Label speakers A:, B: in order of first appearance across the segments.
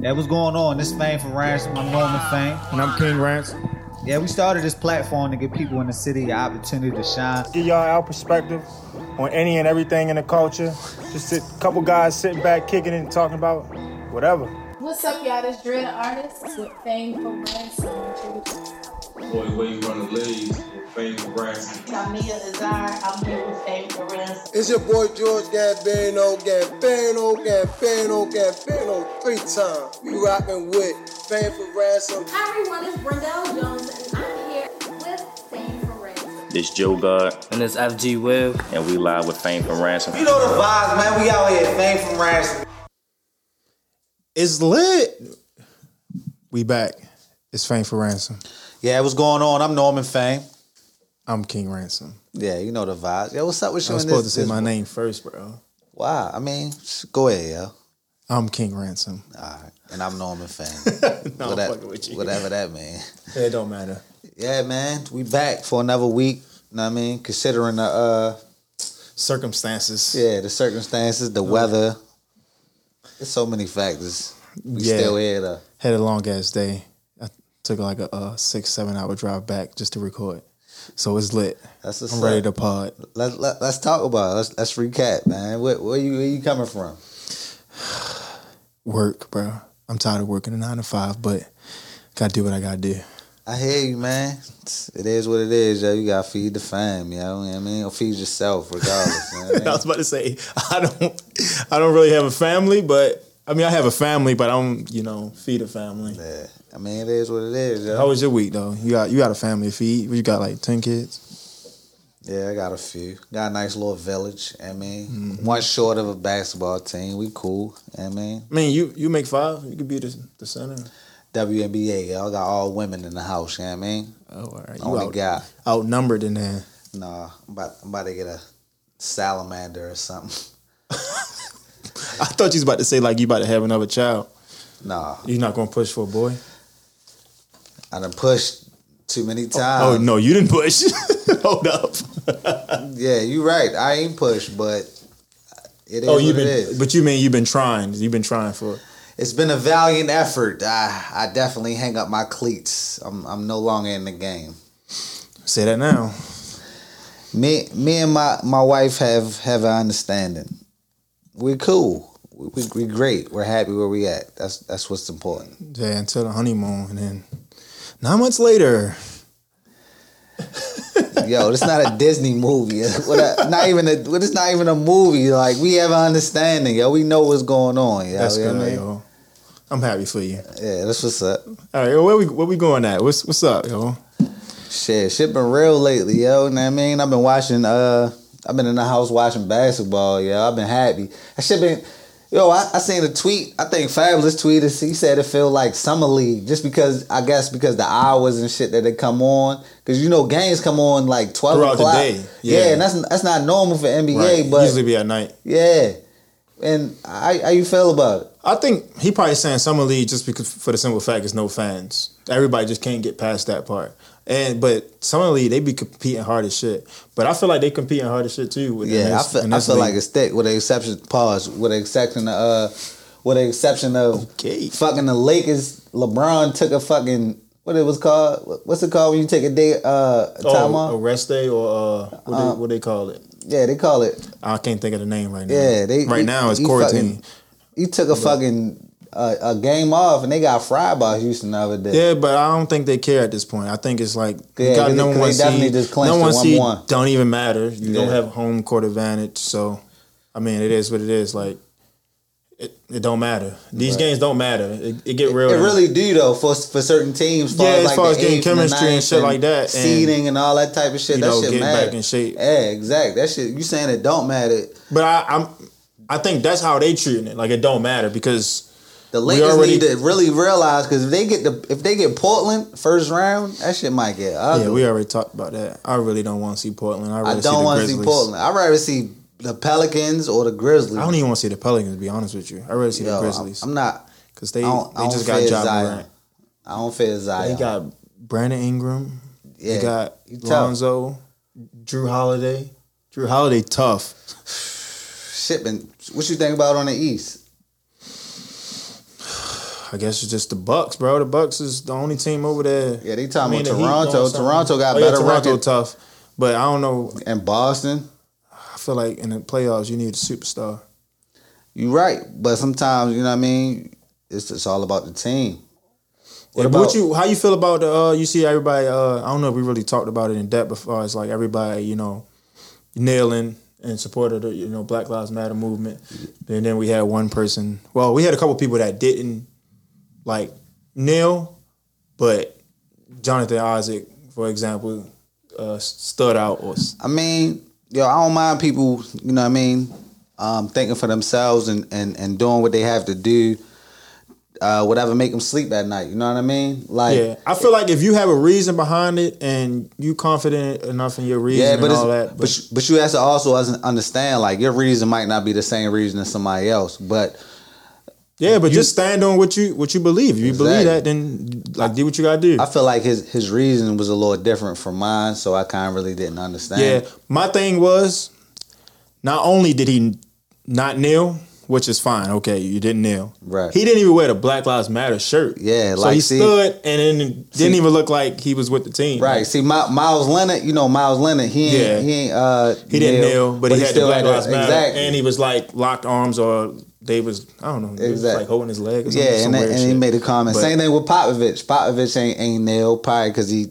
A: That was going on. This fame for Rance, my moment fame.
B: And I'm King Rance.
A: Yeah, we started this platform to give people in the city an opportunity to shine.
B: Give y'all our perspective on any and everything in the culture. Just a couple guys sitting back, kicking it, and talking about whatever.
C: What's up, y'all? This Dread Artist with Fame for Rance.
D: Boy, where you run the league, fame for Rance.
E: Tamia Azar, I'm here with Fame for Rance.
F: It's your boy George Gambino, Gambino, Gambino, Gambino, three times. You rockin' with Fame for Ransom.
G: Hi everyone, it's Brendel Jones and I'm here with Fame for Ransom.
H: It's Joe God,
I: And it's FG Will.
H: and we live with Fame for Ransom.
A: You know the vibes, man. We out here, fame from Rance.
B: It's lit. We back. It's Fame for Ransom.
A: Yeah, what's going on? I'm Norman Fame.
B: I'm King Ransom.
A: Yeah, you know the vibes. Yeah, what's up with
B: I
A: you?
B: was
A: in this-
B: supposed to say
A: this-
B: my name first, bro.
A: Wow, I mean, sh- go ahead, yo.
B: I'm King Ransom.
A: All right, and I'm Norman Fame.
B: No,
A: Whatever-
B: fucking with you.
A: Whatever that means.
B: It don't matter.
A: Yeah, man, we back for another week. Know what I mean, considering the uh,
B: Circumstances.
A: yeah, the circumstances, the weather, there's so many factors. We
B: Yeah.
A: still here though.
B: Had a long ass day. I took like a uh, six, seven hour drive back just to record. So it's lit.
A: That's what's
B: I'm ready
A: up.
B: to pod.
A: Let's let, let's talk about it. let's let's recap, man. Where, where you where you coming from?
B: Work, bro. I'm tired of working a nine to five, but gotta do what I gotta do.
A: I hear you, man. It is what it is, yo. You gotta feed the fam, yo. You know what I mean, or feed yourself, regardless. you know what I
B: I
A: mean?
B: was about to say I don't I don't really have a family, but I mean I have a family, but I don't, you know, feed a family.
A: Yeah. I mean, it is what it is, yo.
B: How was your week though? You got you got a family to feed. You got like ten kids.
A: Yeah, I got a few. Got a nice little village. I mean, one short of a basketball team. We cool. I mean,
B: I mean, you you make five. You could be the, the center.
A: WNBA. Y'all got all women in the house. You know what I mean,
B: Oh, all right. You
A: only
B: out,
A: got
B: outnumbered in there.
A: nah. I'm about, I'm about to get a salamander or something.
B: I thought you was about to say like you about to have another child.
A: Nah,
B: You're not gonna push for a boy.
A: I done pushed too many times.
B: oh no, you didn't push. Hold up.
A: Yeah, you right. I ain't pushed, but it is
B: oh,
A: what
B: you've
A: it
B: been,
A: is.
B: but you mean you've been trying. You've been trying for.
A: It's been a valiant effort. I I definitely hang up my cleats. I'm I'm no longer in the game.
B: Say that now.
A: Me me and my, my wife have have an understanding. We're cool. We, we we great. We're happy where we at. That's that's what's important.
B: Yeah, until the honeymoon, and then nine months later,
A: Yo, it's not a Disney movie. What a- not even a what it's not even a movie. Like we have an understanding. Yo, we know what's going on. Yo,
B: that's
A: you know
B: good.
A: what I mean?
B: yo. I'm happy for you.
A: Yeah, that's what's up.
B: All right, yo, where we where we going at? What's what's up, yo?
A: Shit, shit been real lately, yo. Know what I mean? I've been watching uh I've been in the house watching basketball, yo. I've been happy. I should been yo, I, I seen a tweet, I think Fabulous tweeted he said it feel like summer league just because I guess because the hours and shit that they come on. Cause you know games come on like twelve
B: Throughout the
A: o'clock.
B: day,
A: Yeah.
B: yeah.
A: and that's that's not normal for NBA,
B: Right.
A: but
B: usually be at night.
A: yeah. And I how you feel about it?
B: I think he probably saying summer league just because for the simple fact it's no fans. Everybody just can't get past that part. And but summer league they be competing hard as shit. But I feel like they competing hard as shit too. With
A: Yeah, I feel, I feel like it's thick with the exception pause with the exception of uh with the exception of
B: Okay.
A: fucking the Lakers. LeBron took a fucking what it was called. Wha- What's it called when you take a day uh time
B: oh, a
A: off?
B: rest day or uh, what, they, what they call it.
A: Yeah, they call it.
B: I can't think of the name right now.
A: Yeah, they
B: right
A: he-
B: now it's
A: he
B: quarantine.
A: fucking- He took a fucking uh, a game off and they got fried by Houston the other day.
B: Yeah, but I don't think they care at this point. I think it's like
A: Yeah,
B: you got
A: they-
B: no
A: they
B: one
A: definitely
B: seed.
A: just clinched
B: no
A: it
B: one seed
A: 1-1.
B: don't even matter. You don't
A: Yeah.
B: have home court advantage, so I mean it is what it is. Like it, it don't matter. These games don't matter. It, it get real.
A: It really do though for for certain teams.
B: Yeah, as
A: like
B: far
A: the
B: as getting
A: eighth the
B: chemistry and
A: ninth
B: shit like that, and,
A: seeding and all that type of shit.
B: you
A: That
B: know,
A: shit
B: get
A: matter.
B: back in shape.
A: Yeah, exactly. That shit. You saying it don't matter?
B: But I, I'm I think that's how they treating it. Like it don't matter because
A: The
B: We
A: Lakers
B: already-
A: need to really realize because if they get the if they get Portland first round, that shit might get ugly.
B: yeah, we already talked about that. I really don't want to see Portland. I,
A: I don't
B: want to
A: see Portland. I'd rather see the Pelicans or the Grizzlies.
B: I don't even want to see the Pelicans. To be honest with you, I really see
A: Yo,
B: the
A: I'm-
B: Grizzlies
A: I'm not.
B: because they
A: I don't,
B: they
A: I don't
B: just
A: fear
B: got John
A: Zion.
B: Morant.
A: I don't fear Zion.
B: They got Brandon Ingram.
A: yeah.
B: You got
A: He tough.
B: Lonzo, Drew Holiday. Drew Holiday tough.
A: shit. Been, what you think about on the East?
B: I guess it's just the Bucks, bro. The Bucks is the only team over there.
A: Yeah, they talking
B: I mean,
A: about
B: the Heat doing
A: Toronto.
B: something.
A: Toronto got
B: Oh, yeah,
A: better
B: Toronto
A: record.
B: tough, but I don't know.
A: and Boston.
B: I feel like in the playoffs you need a superstar.
A: You right, but sometimes you know what I mean. It's it's all about the team.
B: Yeah,
A: What
B: but
A: about
B: what you? How you feel about the? Uh, you see everybody. Uh, I don't know if we really talked about it in depth before. It's like everybody, you know, nailing in support of the you know Black Lives Matter movement, and then we had one person. Well, we had a couple people that didn't like nail, but Jonathan Isaac, for example, uh, stood out. Or s-
A: I mean, yo, I don't mind people. You know what I mean. Um, thinking for themselves and, and, and doing what they have to do, uh, whatever make them sleep at night. You know what I mean? Like,
B: yeah, I feel like if you have a reason behind it and you confident enough in your reason
A: Yeah,
B: and
A: but it's,
B: all that,
A: but you- but you have to also us- understand like your reason might not be the same reason as somebody else, but
B: Yeah, but just stand on what you what you believe. If you believe
A: Exactly.
B: that, then like do what you gotta do.
A: I feel like his his reason was a little different from mine, so I kind of really didn't understand.
B: yeah, my thing was, not only did he not kneel, which is fine. Okay, you didn't kneel.
A: Right.
B: He didn't even wear the Black Lives Matter shirt.
A: Yeah,
B: so
A: like,
B: he
A: see-
B: stood and then didn't even look like he was with the team.
A: Right. See, My, Miles Leonard, you know, Miles Leonard, he ain't,
B: Yeah.
A: he ain't, uh,
B: He didn't kneel, but, he, had the Black
A: a-
B: Lives Matter,
A: Exactly.
B: and he was like locked arms or they was I don't know, exactly.
A: Exactly.
B: like holding his leg. Or something,
A: yeah,
B: some
A: and,
B: weird
A: and he
B: shit.
A: made a comment.
B: But-
A: Same thing with Popovich. Popovich ain't ain't nailed probably because he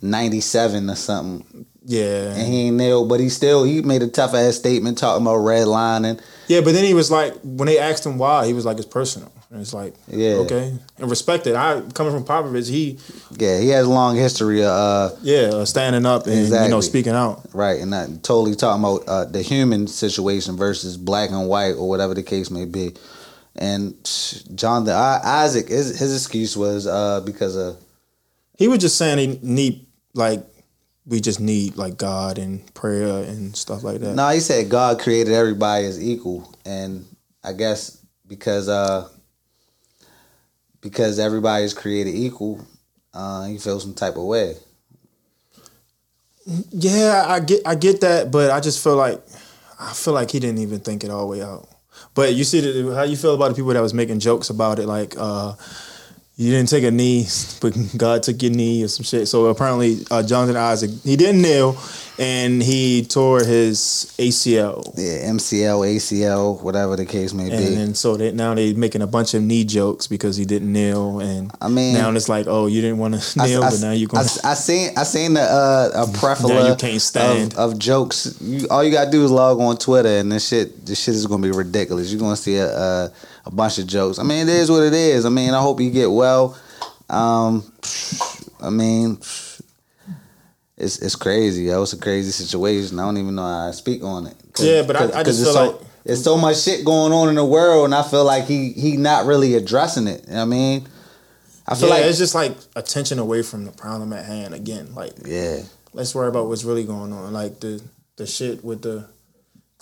A: ninety seven or something,
B: Yeah,
A: and he ain't nailed, but he still he made a tough ass statement talking about redlining.
B: Yeah, but then he was like, when they asked him why, he was like, it's personal. And it's like,
A: Yeah.
B: yeah, okay, and respect it. I coming from Popovich, he
A: Yeah, he has a long history of uh,
B: yeah uh, standing up and you know
A: Exactly.
B: speaking out.
A: right, and not totally talking about uh, the human situation versus black and white or whatever the case may be. And John the I, Isaac, his, his excuse was uh, because of
B: He was just saying he need like we just need like God and prayer and stuff like that.
A: No, he said God created everybody as equal, and I guess because uh because everybody's created equal, uh, he feels some type of way.
B: Yeah, I get I get that, but I just feel like I feel like he didn't even think it all the way out. But you see the, how you feel about the people that was making jokes about it, like uh, you didn't take a knee, but God took your knee or some shit. So apparently, uh, Jonathan Isaac he didn't kneel, and he tore his ACL,
A: Yeah, MCL, ACL, whatever the case
B: and,
A: may be.
B: and so they, now they making a bunch of knee jokes because he didn't kneel, and
A: I mean-
B: now it's like oh you didn't want to
A: I,
B: kneel,
A: I-
B: but now you going.
A: I- I seen I seen the, uh, a
B: Now
A: plethora
B: you can't stand.
A: Of, of jokes. You, all you gotta do is log on Twitter and this shit this shit is gonna be ridiculous. You're gonna see a, a a bunch of jokes. I mean, it is what it is. I mean, I hope you get well. Um, I mean, it's it's crazy. Yo. It's a crazy situation. I don't even know how I speak on it. 'Cause-
B: Yeah, but I- I just
A: it's
B: feel
A: so,
B: like-
A: it's so much shit going on in the world, and I feel like he he not really addressing it. You know what I mean, I feel
B: yeah,
A: like
B: it's just like attention away from the problem at hand again, like.
A: yeah.
B: let's worry about what's really going on. Like the the shit with the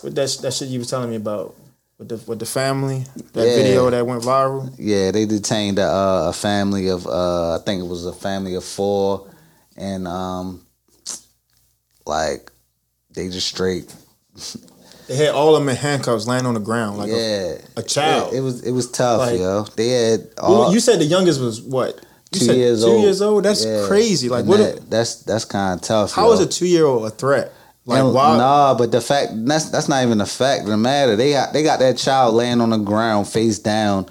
B: with that that shit you was telling me about with the with the family that
A: Yeah.
B: video that went viral.
A: Yeah, they detained a, uh, a family of uh, I think it was a family of four, and um, like they just straight
B: They had all of them in handcuffs, laying on the ground like
A: yeah.
B: a, a child.
A: It, it was it was tough,
B: Like-
A: yo. They had
B: Who-
A: all
B: you said the youngest was what? You
A: two
B: said
A: years
B: two
A: old.
B: years old. That's
A: Yeah.
B: crazy. Like
A: And
B: what?
A: that- that's that's kind of tough.
B: how
A: yo.
B: is a two year old a threat? Like
A: And-
B: why?
A: Nah, but the fact that's that's not even a fact. of The matter they got they got that child laying on the ground face down,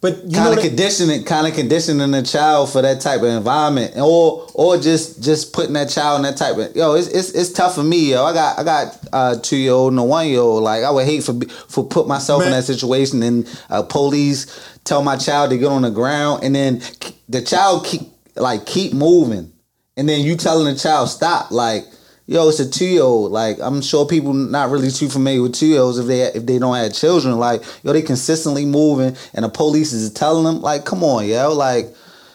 B: but you know
A: kind of
B: that,
A: conditioning, kind of conditioning the child for that type of environment, and or or just just putting that child in that type of yo, it's it's, it's tough for me, yo. I got I got a two year old and a one year old. Like I would hate for be- for put myself in
B: Man.
A: that situation and uh, police tell my child to get on the ground, and then k- the child keep like keep moving, and then you telling the child stop, like. Yo, it's a two year old. Like I'm sure people not really too familiar with two year olds if they if they don't have children. Like yo, they consistently moving, and the police is telling them like, come on, yo, like,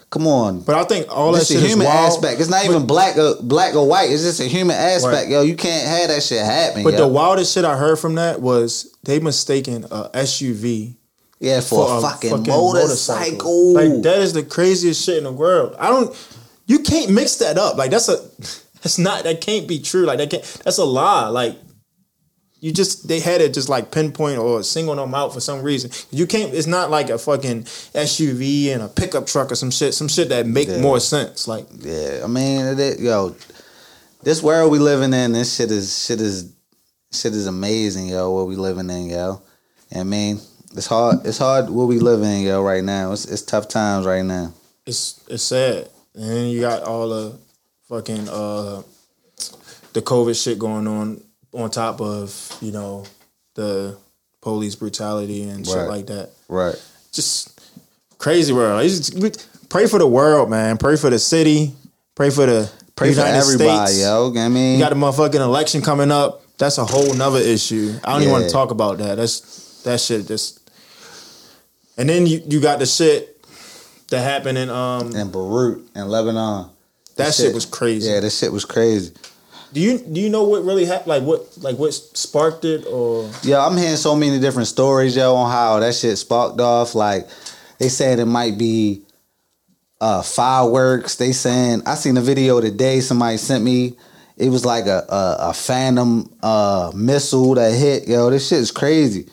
A: come on.
B: but I think all
A: It's
B: that
A: a
B: shit
A: human
B: is wild.
A: aspect. It's not even black or black or white. It's just a human aspect,
B: Right.
A: yo. You can't have that shit happen.
B: But
A: yo.
B: the wildest shit I heard from that was they mistaken a SUV
A: yeah, for, a, fucking, motorcycle.
B: Like that is the craziest shit in the world. I don't. You can't mix that up. Like that's a. That's not. That can't be true. Like that can't. That's a lie. Like you just they had it just like pinpoint or single them out for some reason. You can't. It's not like a fucking SUV and a pickup truck or some shit. Some shit that make
A: Yeah.
B: more sense. Like
A: Yeah, I mean, it, it- yo, this world we living in, this shit is shit is shit is amazing, yo. What we living in, yo. I mean, it's hard. It's hard what we living in, yo. Right now, it's it's tough times right now.
B: it's it's sad. And then you got all the fucking uh the COVID shit going on on top of you know the police brutality and shit
A: Right.
B: like that.
A: Right.
B: just crazy world. It's just- pray for the world, man. Pray for the city. Pray for the
A: Pray
B: United
A: for everybody,
B: States.
A: yo. I mean,
B: You got a motherfucking election coming up. That's a whole nother issue. I don't even want
A: Yeah.
B: to talk about that. That's that shit. Just and then you, you got the shit that happened in um
A: in Beirut and Lebanon.
B: that shit, was crazy.
A: Yeah, this shit was crazy.
B: Do you do you know what really happened? Like what like what sparked it or
A: Yo, I'm hearing so many different stories, yo, on how that shit sparked off. Like, they saying it might be uh, fireworks. They saying I seen a video today. Somebody sent me. It was like a a, a phantom uh, missile that hit. Yo, this shit is crazy.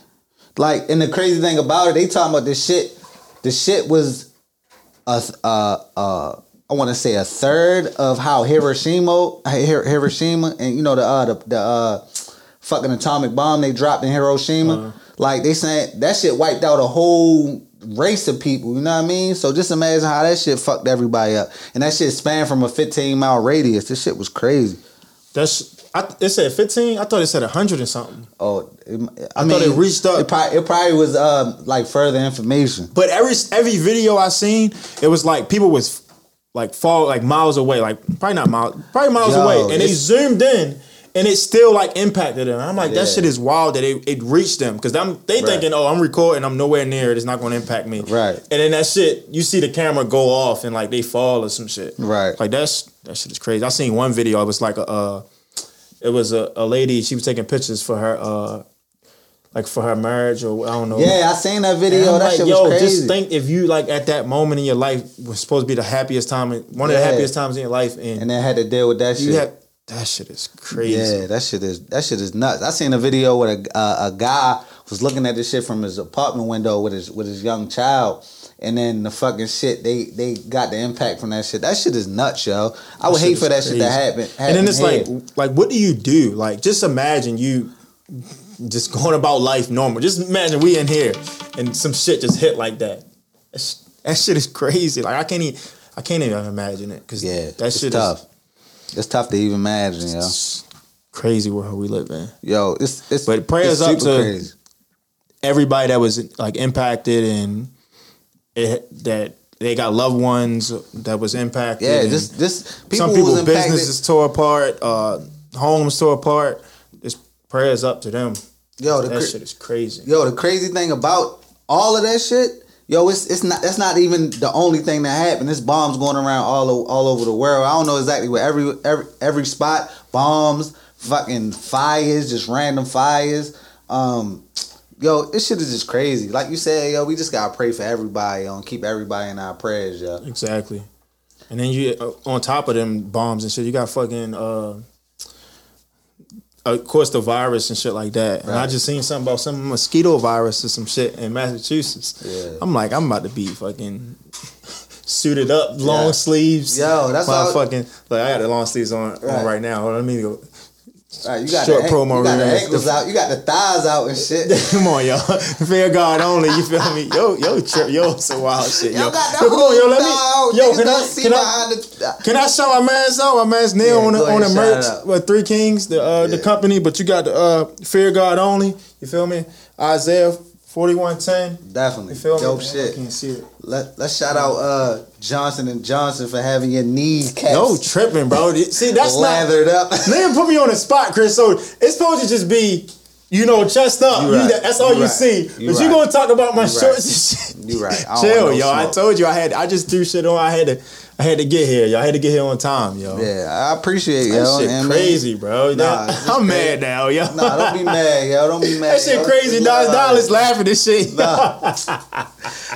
A: Like, and the crazy thing about it, they talking about this shit. The shit was a th- uh uh. I want to say a third of how Hiroshima, Hi- Hiroshima, and you know the uh, the, the uh, fucking atomic bomb they dropped in Hiroshima.
B: Uh-huh.
A: Like they saying that shit wiped out a whole race of people. You know what I mean? So just imagine how that shit fucked everybody up. And that shit spanned from a 15 mile radius. This shit was crazy.
B: that's I, it said fifteen. I thought it said hundred and something.
A: Oh, it, I,
B: thought
A: mean,
B: it reached up.
A: It probably, it probably was um, like further information.
B: But every every video I seen, it was like people was like far like miles away, like probably not miles, probably miles
A: Yo,
B: away, and they
A: it's-
B: zoomed in, and it still like impacted them. I'm like,
A: Yeah.
B: that shit is wild that it, it reached them because I'm they
A: Right.
B: thinking, oh, I'm recording, I'm nowhere near it, it's not going to impact me,
A: Right.
B: And then that shit, you see the camera go off and like they fall or some shit,
A: Right.
B: Like that's that shit is crazy. I seen one video, it was like a, uh, it was a, a lady, she was taking pictures for her, uh, like for her marriage or I don't know,
A: Yeah, I seen that
B: and
A: video.
B: I'm
A: That
B: like,
A: shit
B: yo,
A: was crazy.
B: just think if you like at that moment in your life was supposed to be the happiest time, in- one of the
A: Yeah.
B: happiest times in your life, and,
A: and then had to deal with that
B: you
A: shit.
B: have that shit is crazy.
A: Yeah, that shit is that shit is nuts. I seen a video where a uh, a guy was looking at this shit from his apartment window with his with his young child, and then the fucking shit they they got the impact from that shit. That shit is nuts, yo. I would hate
B: is
A: for that shit to
B: crazy.
A: happen.
B: and then
A: happen
B: it's
A: here.
B: like, like what do you do? Like, just imagine you just going about life normal. Just imagine we in here and some shit just hit like that. That's- That shit is crazy. Like I can't even, I can't even imagine it because
A: yeah,
B: that
A: it's
B: shit
A: tough. it's tough to even imagine, yo.
B: is crazy world we live in.
A: Yo, it's it's
B: But prayers
A: it's
B: up
A: super
B: to-
A: crazy.
B: everybody that was like impacted and it, that they got loved ones that was impacted.
A: yeah.
B: and
A: This this people,
B: some people
A: was impacted.
B: businesses tore apart, uh, homes tore apart. Just prayers up to them.
A: Yo, the
B: that
A: cra-
B: shit is crazy.
A: Yo, the crazy thing about all of that shit, yo, it's it's not that's not even the only thing that happened. This bombs going around all o- all over the world. I don't know exactly where every every every spot bombs, fucking fires, just random fires. Um, yo, this shit is just crazy. Like you said, yo, we just gotta pray for everybody yo, and keep everybody in our prayers, yo.
B: Exactly. And then you uh, on top of them bombs and shit, you got fucking uh of course the virus and shit like that. And I
A: Right.
B: just seen something about some mosquito virus or some shit in Massachusetts.
A: Yeah.
B: I'm like, I'm about to be fucking suited up, long
A: Yeah.
B: sleeves.
A: Yo, that's
B: my
A: all-
B: fucking like I got the long sleeves on on right,
A: Right.
B: now. Hold on, Let me go.
A: All right, you got
B: Short
A: the,
B: promo
A: promo you got the
B: release.
A: ankles out, you got the thighs out and shit.
B: Come on, y'all. Fear God only. You feel me? Yo, yo, trip. Yo, some wild shit. Yo,
A: Y'all got the
B: Yo,
A: whole
B: yo,
A: dog.
B: Yo,
A: Niggas
B: can
A: don't
B: I,
A: see
B: can I,
A: behind the-
B: Can I shout my man's out? My man's nail
A: Yeah,
B: on the
A: go ahead,
B: on the
A: shout
B: merch
A: it out.
B: with Three Kings, the uh, the
A: Yeah.
B: company, but you got the uh, Fear God only. You feel me? Isaiah forty one ten.
A: Definitely,
B: You feel me?
A: dope
B: Man, I
A: shit.
B: can't see it.
A: Let, let's shout out uh, Johnson and Johnson for having your knees capped,
B: No tripping, bro. See, that's not.
A: lathered up.
B: Man, put me on the spot, Chris. So it's supposed to just be, you know, chest up.
A: You
B: You
A: right.
B: that- that's all
A: You
B: you
A: right.
B: see.
A: You
B: but you
A: right.
B: gonna talk about my
A: You
B: shorts and shit.
A: You right. I don't
B: Chill,
A: want no
B: yo. I
A: smoke.
B: told you I had. I just threw shit on. I had to. I had to get here, yo. I had to get here on time, yo.
A: Yeah, I appreciate yo.
B: That shit
A: and man,
B: crazy, bro.
A: Nah,
B: That-
A: it's
B: I'm
A: crazy.
B: mad now, yo.
A: Nah, don't be mad, yo. Don't be mad.
B: that shit
A: yo.
B: crazy.
A: Nah,
B: Don Dollars laughing at shit.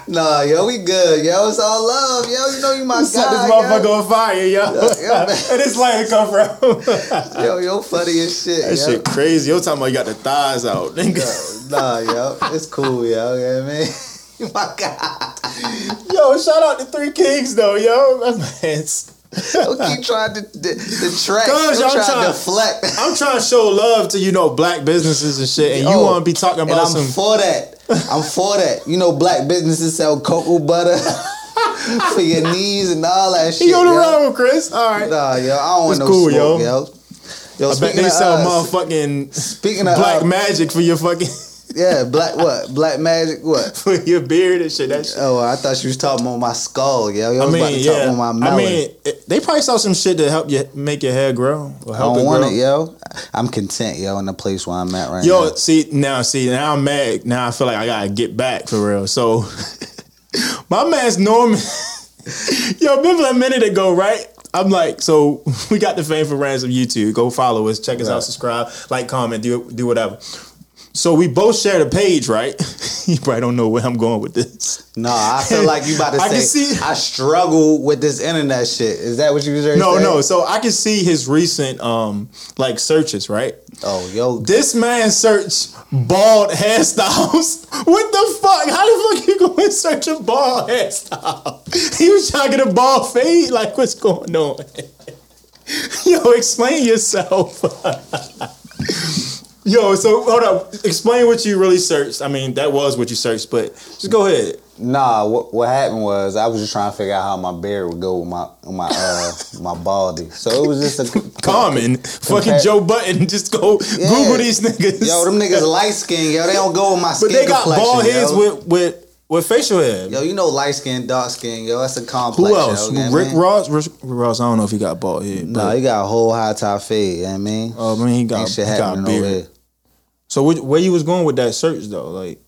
A: Nah, yo, we good, yo. It's all love, yo. You know you my
B: Set this
A: guy,
B: motherfucker on fire, yo.
A: yeah, man.
B: Where this lighter come from?
A: yo. Yo, yo, funny as shit.
B: that
A: yo.
B: shit crazy. Yo, talking about you got the thighs out, nigga.
A: Nah, yo, it's cool, yo. You know what I mean? You my guy.
B: Yo, shout out to Three Kings though, yo. My man's-
A: Don't keep trying to de- detract.
B: Cuz,
A: Don't
B: yo, I'm
A: try to
B: trying-
A: deflect.
B: I'm trying to show love to you know black businesses and shit, and you
A: Yo,
B: want to be talking
A: and
B: about
A: I'm
B: some
A: for that. I'm for that. You know, black businesses sell cocoa butter for your knees and all that shit.
B: He on the
A: yo.
B: road, Chris. All right.
A: Nah, yo, I don't want
B: It's
A: no
B: cool,
A: smoke,
B: yo.
A: yo. Yo,
B: I bet
A: speaking
B: they
A: of,
B: sell
A: uh,
B: motherfucking
A: Speaking of
B: black
A: uh,
B: magic for your fucking
A: yeah, black what? Black magic what?
B: for your beard and shit. That shit.
A: Oh, I thought you was talking on my skull, yo. yo I,
B: I
A: was about
B: mean,
A: to
B: yeah.
A: talk on my melon.
B: I mean, it- they probably sell some shit to help you make your hair grow or
A: I
B: help
A: don't
B: it
A: want
B: grow.
A: it, yo. I'm content, yo, in the place where I'm at right
B: Yo,
A: now.
B: see now, see now I'm mad. Now I feel like I gotta get back for real. So my man's Norman. Yo, remember a minute ago, right? I'm like, so we got the fame for ransom YouTube. Go follow us, check us out, subscribe, like, comment, do do whatever. So we both share the page, right? you probably don't know where I'm going with this.
A: No, I feel like you about to
B: I can
A: say
B: see-
A: I struggle with this internet shit. Is that what you was
B: No,
A: saying?
B: no. So I can see his recent um like searches, right?
A: Oh, yo,
B: This man search bald hairstyles. What the fuck? How the fuck you going to search a bald hairstyle? He was trying to get a bald fade. Like, what's going on? Yo, explain yourself. Yo, so hold up. Explain what you really searched. I mean, that was what you searched, but just go ahead.
A: Nah, what what happened was I was just trying to figure out how my beard would go with my with my uh my baldy. So it was just a
B: Common, fucking
A: Compare-
B: Joe Button. Just go
A: Yeah.
B: Google these niggas.
A: Yo, them niggas light skin, yo. They don't go with my skin
B: But they got
A: complexion.
B: bald
A: yo.
B: heads with with with facial hair.
A: Yo, you know light skin, dark skin, yo. That's a complex.
B: Who else?
A: Yo, you know what I
B: Rick
A: mean?
B: Ross. Rick Ross. I don't know if he got bald head.
A: No,
B: but-
A: he got a whole high top fade. You know what I mean,
B: Oh, I mean, he
A: ain't
B: got, he
A: shit
B: got
A: happening over
B: beard.
A: here.
B: So wh- where you was going with that search though? Like,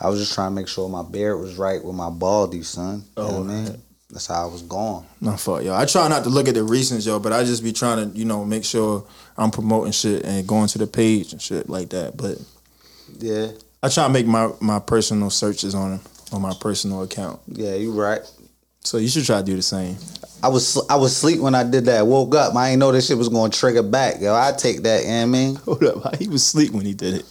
A: I was just trying to make sure my beard was right with my baldy, son. You know
B: Oh,
A: what I mean, that's how I was going.
B: nah, fuck yo. I try not to look at the recents yo, but I just be trying to you know make sure I'm promoting shit and going to the page and shit like that. But
A: Yeah,
B: I try to make my my personal searches on on my personal account.
A: yeah, you right.
B: So you should try to do the same.
A: I was I was asleep when I did that. Woke up. I ain't know this shit was gonna trigger back. Yo, I take that. You know what I mean,
B: Hold up, how he was asleep when he did it.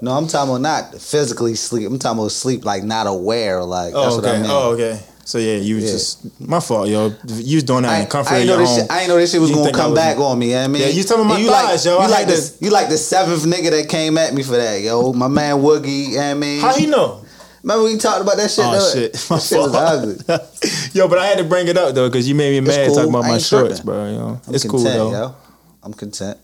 A: no, I'm talking about not physically sleep. I'm talking about sleep like not aware. Like that's
B: Oh
A: what I
B: okay.
A: mean.
B: Oh okay. So yeah, you was
A: Yeah.
B: just my fault, yo. You was doing that
A: I,
B: in the comfort
A: I
B: of
A: ain't
B: your
A: know this
B: home.
A: shit, I ain't know this shit was
B: You
A: gonna
B: think I
A: come
B: was-
A: back on me. You know what I mean,
B: Yeah, you talking about
A: And
B: my thighs,
A: like,
B: yo. I
A: You like
B: had
A: this? You like the seventh nigga that came at me for that, yo. My man Woogie. You know what I mean,
B: How he know?
A: remember we talked about that shit?
B: Oh,
A: though?
B: shit.
A: That
B: My
A: shit was
B: fault.
A: ugly.
B: Yo, but I had to bring it up though, cause you made me
A: It's
B: mad
A: cool.
B: talking about
A: I
B: my
A: ain't
B: shorts,
A: tripping.
B: bro. You know,
A: I'm
B: it's cool
A: content,
B: though.
A: yo. I'm content.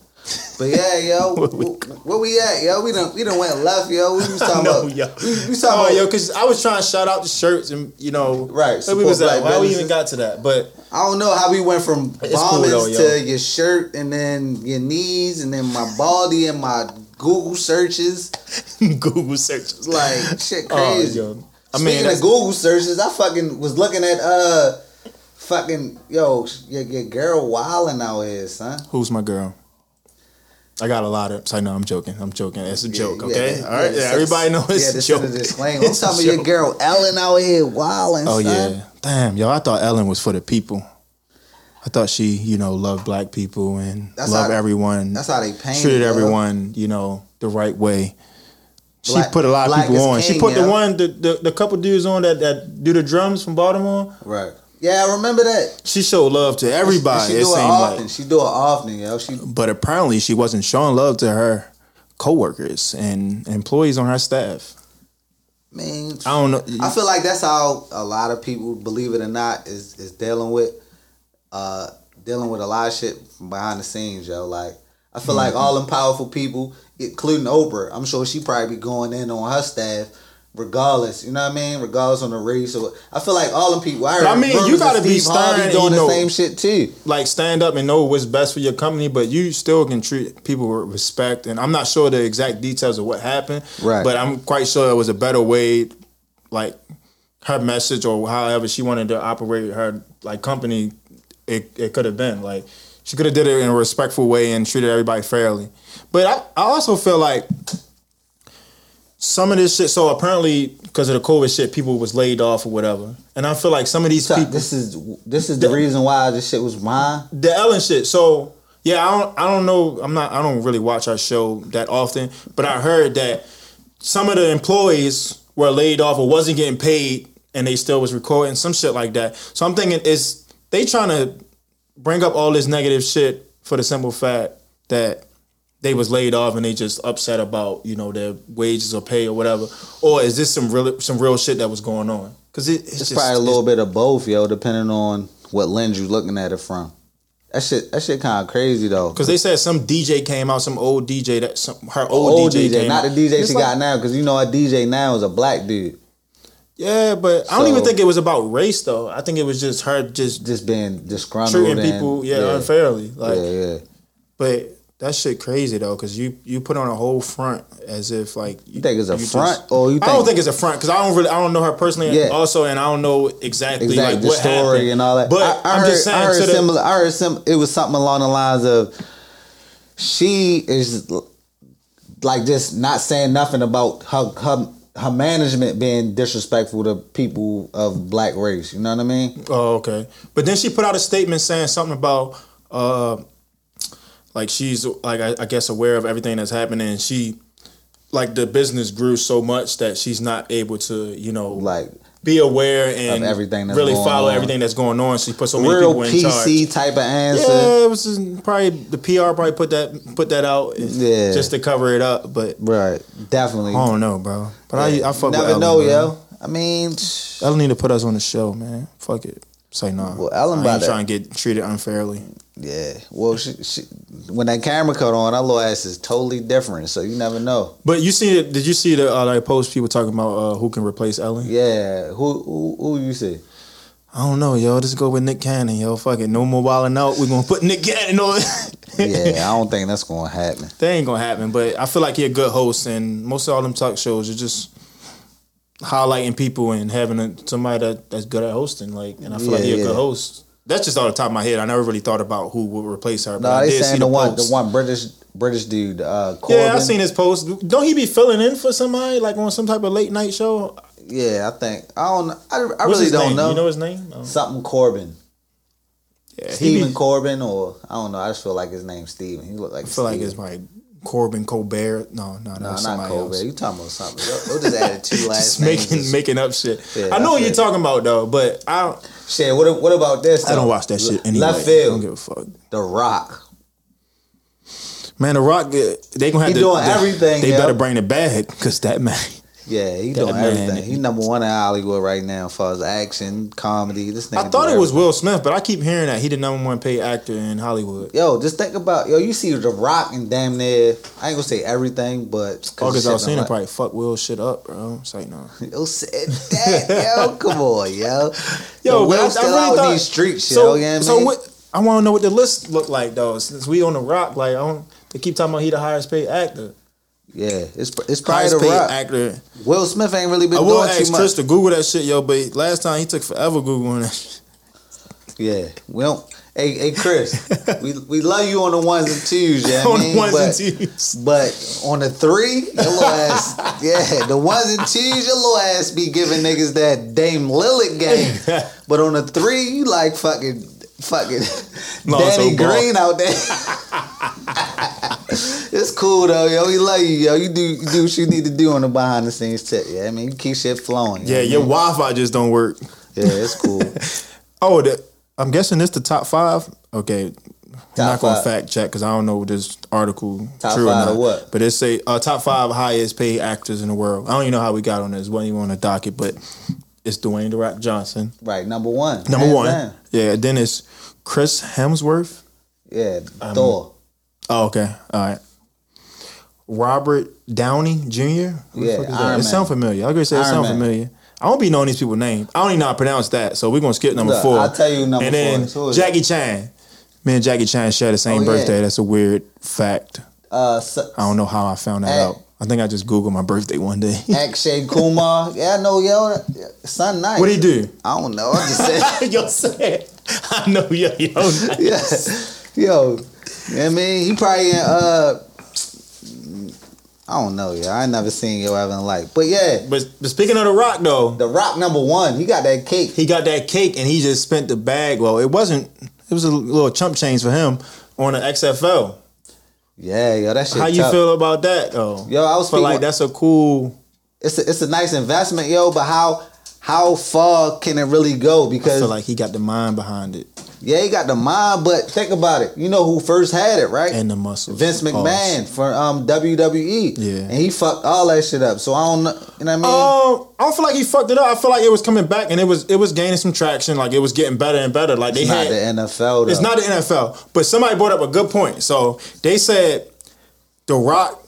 A: But yeah, yo, where we, where we at, yo? We done we done went left, yo. We was talking
B: No,
A: about
B: yo.
A: We, we was
B: Oh,
A: talking
B: yo,
A: about
B: because I was trying to shout out the shirts and you know,
A: Right,
B: Where we was
A: support
B: at?
A: black
B: Why we
A: businesses.
B: even got to that? But
A: I don't know how we went from bombings
B: It's cool though, yo.
A: to your shirt and then your knees and then my body and my Google searches.
B: Google searches,
A: Like shit
B: Oh,
A: crazy.
B: yo. I mean,
A: Speaking of
B: that's-
A: Google searches, I fucking was looking at uh fucking yo, your, your girl wilding out here, son.
B: who's my girl? I got a lot of. Sorry, no, I'm joking. I'm joking. It's a joke,
A: Yeah,
B: okay?
A: yeah,
B: All right,
A: yeah,
B: yeah,
A: so-
B: everybody know it's
A: yeah,
B: a
A: this
B: joke.
A: is a disclaimer. I'm
B: It's a
A: talking about your
B: joke.
A: girl Ellen out here wilding.
B: Oh
A: son.
B: yeah, damn, yo, I thought Ellen was for the people. I thought she, you know, loved black people and
A: That's
B: loved
A: how-
B: everyone.
A: That's how they paint.
B: treated
A: yo.
B: everyone, you know, the right way. She
A: Black-
B: put a lot of
A: black
B: people
A: is
B: on. she
A: king,
B: put
A: yo.
B: the one, the, the the couple dudes on that that do the drums from Baltimore.
A: Right. Yeah, I remember that.
B: She showed love to everybody.
A: she do
B: it
A: it
B: seemed
A: often.
B: like,
A: She do it often, yo. She
B: but apparently she wasn't showing love to her coworkers and employees on her staff.
A: man.
B: I don't know.
A: I feel like that's how a lot of people, believe it or not, is is dealing with uh dealing with a lot of shit from behind the scenes, yo. Like I feel
B: Mm-hmm.
A: like all them powerful people, including Oprah, I'm sure she probably be going in on her staff. Regardless, you know what I mean. Regardless on the race, or I feel like all them people. I, heard
B: I mean, you
A: rumors of
B: gotta be
A: Steve Harvey
B: stern and,
A: doing
B: you
A: the
B: know-
A: same shit too.
B: like stand up and know what's best for your company, but you still can treat people with respect. And I'm not sure the exact details of what happened,
A: Right.
B: But I'm quite sure it was a better way, like her message or however she wanted to operate her like company, it, it could have been like she could have did it in a respectful way and treated everybody fairly. But I, I also feel like some of this shit. So apparently, because of the COVID shit, people was laid off or whatever. And I feel like some of these
A: So
B: people,
A: this is this is the reason why this shit was mine.
B: the Ellen shit. So yeah, I don't I don't know. I'm not I don't really watch our show that often, but I heard that some of the employees were laid off or wasn't getting paid, and they still was recording some shit like that. So I'm thinking is they trying to bring up all this negative shit for the simple fact that they was laid off and they just upset about you know their wages or pay or whatever, or is this some real some real shit that was going on? Because it, it's,
A: It's
B: just,
A: probably a little bit of both, yo, depending on what lens you looking at it from. That shit, that shit kind of crazy though.
B: Because they said some DJ came out, some old DJ that some her old,
A: Old
B: DJ,
A: DJ,
B: came
A: not the
B: out.
A: DJ
B: It's
A: she
B: like-
A: got now, because you know a DJ now is a black dude,
B: Yeah, but I don't even
A: So-
B: think it was about race though. I think it was just her just
A: just being disgruntled
B: treating
A: and-
B: people yeah,
A: yeah,
B: unfairly. Like,
A: yeah, yeah.
B: but that shit crazy though, because you you put on a whole front as if like you,
A: think it's a
B: just-
A: front, or you
B: I don't
A: think-
B: think it's a front because I don't really I don't know her personally.
A: Yeah.
B: Also, and I don't know exactly
A: Exactly,
B: like
A: the
B: what
A: story
B: happened.
A: and all that.
B: But
A: I, I
B: am
A: heard,
B: just saying
A: I heard
B: to the-
A: similar. I heard some. It was something along the lines of she is l- like just not saying nothing about her her, her management being disrespectful to people of black race. You know what I mean?
B: Oh, okay. But then she put out a statement saying something about, uh, like she's like I, I guess aware of everything that's happening. And she, like the business grew so much that she's not able to, you know,
A: Like
B: be aware and
A: everything that's
B: really
A: going
B: follow
A: on.
B: everything that's going on. She put so many
A: real
B: people in charge.
A: PC type of answer.
B: Yeah, it was just probably the PR probably put that put that out
A: Yeah.
B: just to cover it up. But
A: Right, definitely.
B: I don't know, bro. But I I fuck
A: never
B: with Ellen,
A: know,
B: bro.
A: yo. I mean, tch,
B: Ellen need to put us on the show, man. Fuck it. Say no.
A: Well, Ellen
B: I
A: about
B: ain't
A: to-
B: trying to get treated unfairly.
A: yeah. Well, she, she, when that camera cut on, our little ass is totally different. So you never know.
B: But you see, it? did you see the uh, like post people talking about uh, who can replace Ellen?
A: Yeah. Who who, who you see?
B: I don't know, yo. Just go with Nick Cannon, yo. Fuck it, no more wilding out. We're gonna put Nick Cannon on.
A: yeah, I don't think that's gonna happen.
B: that ain't gonna happen. But I feel like he a good host, and most of all them talk shows are just highlighting people and having a, somebody that, that's good at hosting. Like, and I feel like
A: Yeah,
B: he a
A: yeah.
B: good host. That's just off the top of my head. I never really thought about who would replace her. But
A: No,
B: I
A: they
B: did see
A: saying the one the
B: post.
A: one British British dude, uh Corbin.
B: Yeah, I seen his post. Don't he be filling in for somebody like on some type of late night show?
A: Yeah, I think I don't I, I
B: What's
A: really
B: his
A: don't
B: name?
A: know.
B: You know his name? No.
A: Something Corbin.
B: Yeah, he
A: Stephen
B: be-
A: Corbin or I don't know, I just feel like his name's Steven. He look like
B: I feel like
A: Steven.
B: it's like Corbin Colbert. No, no, no,
A: no, not
B: somebody
A: Corbin.
B: else.
A: You talking about something. Yo, yo just added two last
B: Just
A: names.
B: making making up shit.
A: Yeah,
B: I know
A: I
B: what you're
A: feel-
B: talking about though, but I don't,
A: Shit, what what about this?
B: I don't
A: though?
B: watch that shit
A: Le-
B: anyway.
A: Left
B: I don't
A: field,
B: give a fuck.
A: The Rock.
B: Man, the Rock, uh, they gonna have
A: He
B: to
A: doing
B: they-
A: everything,
B: They
A: yo.
B: better bring the bag because that man.
A: Yeah, he
B: That
A: doing
B: man-
A: everything. He number one in Hollywood right now as far as action, comedy. This nigga.
B: I thought
A: do
B: it was
A: everything.
B: Will Smith, but I keep hearing that he the number one paid actor in Hollywood.
A: Yo, just think about yo. You see The Rock and damn near. I ain't gonna say everything, but
B: August
A: shit
B: Alsina
A: like-
B: probably fuck Will shit up, bro. It's like no.
A: Yo, said that, yo. Come on, yo.
B: Yo,
A: Yo,
B: but I- I
A: Will still
B: really
A: out
B: thought-
A: in these streets,
B: So,
A: yo. You know what I
B: so
A: mean?
B: what? I want to know what the list look like though. Since we on the Rock, like I don't. They keep talking about he the highest paid actor.
A: Yeah, it's it's probably
B: Highest
A: The
B: paid
A: Rock.
B: actor.
A: Will Smith ain't really been
B: I will
A: doing
B: ask
A: too
B: Chris
A: much.
B: to Google that shit, yo. But last time he took forever googling that. shit.
A: Yeah, we don't. Hey, hey, Chris, we we love you on the ones and twos, yeah.
B: On the
A: mean?
B: ones and
A: but,
B: twos.
A: But on the three, your little ass, yeah, the ones and twos, your little ass be giving niggas that Dame Lillard game. But on the three, you like fucking fucking Danny
B: Lonzo Ball.
A: Green out there. it's cool though, yo. We love you, yo. You do you do what you need to do on the behind the scenes tip. Yeah, I mean, you keep shit flowing.
B: Yeah, your Wi-Fi just don't work.
A: yeah, it's cool.
B: Oh, the, I'm guessing this the top five. Okay, I'm not gonna
A: five.
B: fact check because I don't know this article
A: Top
B: true
A: five
B: or not.
A: of what?
B: But it say uh, top five highest paid actors in the world. I don't even know how we got on this. wasn't even on the docket, but it's Dwayne the Rock Johnson,
A: Right, number one.
B: number
A: Hands
B: one.
A: down.
B: Yeah, then it's Chris Hemsworth.
A: Yeah,
B: Um,
A: Thor.
B: Oh, okay. All right. Robert Downey Jr. Who the
A: Yeah,
B: fuck is that?
A: Iron
B: It
A: Man.
B: sounds familiar. I was gonna say it
A: Iron
B: sounds
A: Man.
B: familiar. I don't be knowing these people's names. I don't even know how to pronounce that. So we're gonna skip number
A: Look,
B: four.
A: I'll tell you number
B: and then
A: four. Who is it?
B: Jackie Chan. Me and Jackie Chan share the same
A: Oh, yeah.
B: birthday. That's a weird fact.
A: Uh, so,
B: I don't know how I found that
A: Hey,
B: out. I think I just Googled my birthday one day.
A: Akshay Kumar. Yeah, I know, yo. Son nice.
B: what do you do?
A: I don't know. I just said,
B: yo, said. I know yo, yo.
A: yeah. Yo, you know what I mean, he probably in, uh, I don't know, yo. I ain't never seen yo ever in life. But yeah,
B: But, but speaking of The Rock, though,
A: The Rock number one, he got that cake.
B: he got that cake and he just spent the bag. Well, it wasn't, it was a little chump change for him on the XFL.
A: Yeah, yo, that shit.
B: How you
A: tough.
B: feel about that, though?
A: Yo, I was
B: But
A: speaking.
B: like, that's a cool.
A: it's a, it's a nice investment, yo. But how how far can it really go?
B: I
A: Because
B: feel like he got the mind behind it
A: yeah, he got the mind, but think about it. You know who first had it, right?
B: and the muscles.
A: Vince McMahon for um, WWE.
B: Yeah.
A: and he fucked all that shit up. So I don't know. You know what I mean?
B: Um, I don't feel like he fucked it up. I feel like it was coming back and it was it was gaining some traction. Like it was getting better and better. Like they
A: it's
B: had
A: not the NFL. Though.
B: It's not the NFL, but somebody brought up a good point. So they said The Rock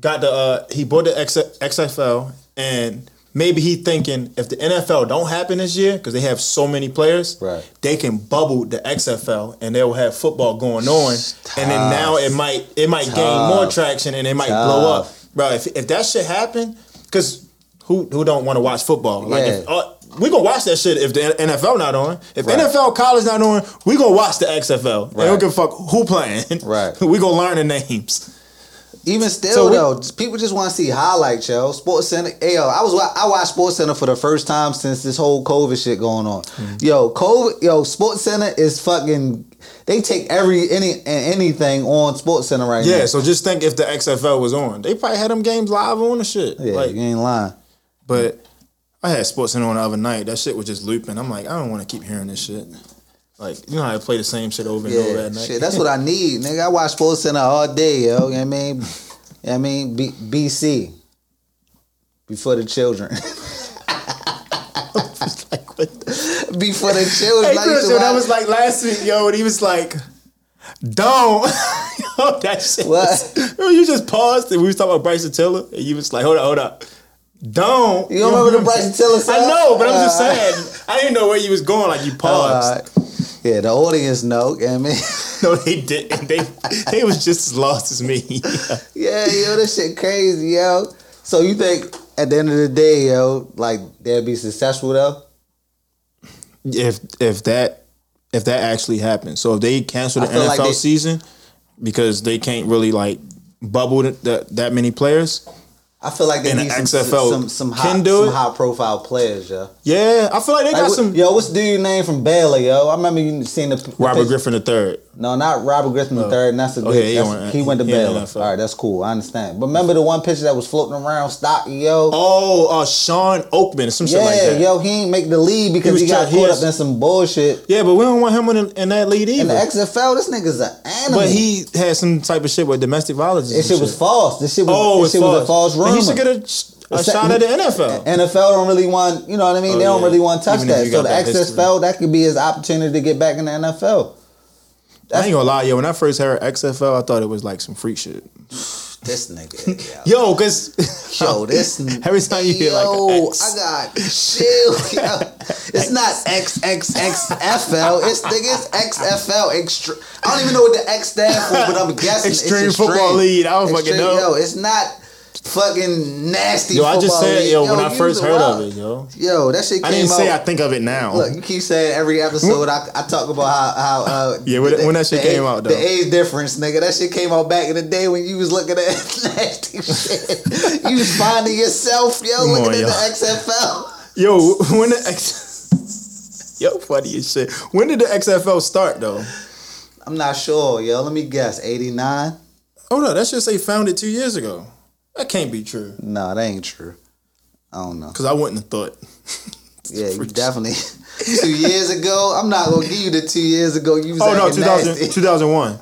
B: got the uh, he bought the X- XFL, and maybe he thinking if the NFL don't happen this year because they have so many players,
A: Right.
B: they can bubble the XFL and they will have football going on, and then now it might it might gain more traction and it might blow up, bro. If, if that shit happen, because who who don't want to watch football? Like if,
A: Yeah.
B: uh, we gonna watch that shit if the NFL not on. If
A: Right.
B: NFL college not on, we gonna watch the XFL. They
A: Right.
B: don't give a fuck who playing.
A: Right.
B: we gonna learn the names.
A: Even still
B: So we-
A: though, just- people just want to see highlights, yo. Sports Center, yo. I was wa- I watched Sports Center for the first time since this whole COVID shit going on.
B: Mm.
A: Yo, COVID, yo, Sports Center is fucking. They take every any and anything on Sports Center right
B: Yeah.
A: now.
B: So just think if the XFL was on, they probably had them games live on the shit.
A: yeah,
B: like,
A: you ain't lying.
B: but I had Sports Center on the other night. That shit was just looping. I'm like, I don't want to keep hearing this shit. Like, you know how I play the same shit over and over
A: Yeah,
B: at night.
A: shit. That's what I need, nigga. I watch Sports Center all day, yo. You know what I mean, you know what I mean, B- BC before the children. Before the children,
B: Hey,
A: I used
B: Chris,
A: to
B: yo, that
A: watch-
B: was like last week, yo, and he was like, don't. yo, that shit. was- yo, you just paused and we was talking about Bryson Tiller, and you was like, hold up, hold up. Don't.
A: You don't remember the Bryson Tiller song?
B: I know, but I'm just
A: Uh,
B: saying. I didn't know where you was going. Like you paused.
A: uh, yeah, the audience know. you know what I mean,
B: no, they didn't. They they was just as lost as me.
A: yeah, yo, this shit crazy, yo. So you think at the end of the day, yo, like they'll be successful though?
B: if if that if that actually happens, so if they cancel the
A: I feel
B: NFL
A: like they-
B: season because they can't really like bubble th- that that many players.
A: I feel like they
B: In
A: need
B: the
A: some,
B: XFL
A: some some
B: can
A: high,
B: do
A: some
B: it?
A: high profile players, yo.
B: Yeah, I feel like they
A: Like,
B: got
A: what-
B: some.
A: yo, what's do you name from Baylor, yo? I remember you seen the the
B: Robert
A: pic-
B: Griffin III.
A: No, not Robert Griffin III. and That's a good.
B: Oh, yeah, he
A: that's-
B: went-
A: he went to
B: he in the
A: Baylor.
B: NFL.
A: All right, that's cool. I understand. But remember the one picture that was floating around, stocky, yo.
B: Oh, uh, Sean Oakman, some shit
A: yeah,
B: like that.
A: yo, he ain't make the lead because
B: was
A: he, got
B: try- he
A: caught
B: has-
A: up in some bullshit.
B: Yeah, but we don't want him in, in that lead
A: In
B: either.
A: the XFL, this nigga's an animal.
B: but he had some type of shit with domestic violence. and
A: This
B: some
A: shit was false. This shit was,
B: Oh,
A: this
B: it's
A: shit was a false rumor.
B: Then He should get a, a
A: It's-
B: shot at the NFL.
A: NFL don't really want, you know what I mean?
B: Oh,
A: they don't
B: yeah.
A: really want to touch
B: Even if
A: that.
B: you
A: So
B: got
A: the
B: that history.
A: XFL, that could be his opportunity to get back in the NFL.
B: I ain't gonna lie, yo. When I first heard XFL, I thought it was like some freak shit.
A: This nigga, yo.
B: Yo, cause
A: Yo, this
B: Oh, every time you hear like
A: yo,
B: X,
A: I got chill. Yo. It's not XXXFL. It's niggas XFL. Extra. I don't even know what the X stand for, but I'm guessing it's
B: Extreme Football League. I don't fucking know.
A: Yo, it's not fucking nasty.
B: yo, I just
A: football
B: said
A: league.
B: yo, when I
A: you
B: first
A: the
B: heard
A: wild.
B: of it, yo.
A: Yo, that shit came
B: I didn't
A: out.
B: say I think of it now.
A: Look, you keep saying every episode I, I talk about how how uh,
B: Yeah, when- when that shit
A: the
B: came
A: age-
B: out, though.
A: the age difference, nigga. That shit came out back in the day when you was looking at nasty shit. you was finding yourself, yo,
B: Come
A: looking
B: on,
A: at
B: yo.
A: the XFL.
B: yo, when the X, yo, funny as shit. When did the XFL start though?
A: I'm not sure, yo. Let me guess, eighty nine?
B: Oh no, that should say founded two years ago. That can't be true.
A: No, that ain't true. I don't know.
B: Cause I wouldn't have thought.
A: Yeah, you definitely. two years ago, I'm not gonna give you the two years ago. You was
B: Oh no,
A: acting
B: 2000,
A: nasty.
B: 2001.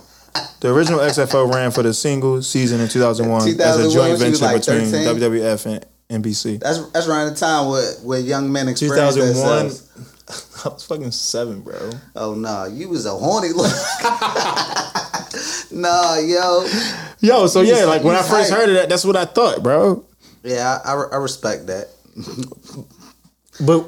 B: The original XFL ran for the single season in 2001, as a
A: 2001,
B: joint
A: she was
B: venture
A: like
B: between
A: 13.
B: WWF and NBC.
A: That's that's around the time where where young men experienced
B: 2001,
A: themselves.
B: I was fucking seven, bro.
A: Oh no, you was a horny little. nah, yo.
B: Yo, so yeah,
A: He's-
B: like when I
A: he's
B: first
A: hype.
B: heard of that, that's what I thought, bro.
A: Yeah, I, I, re- I respect that.
B: But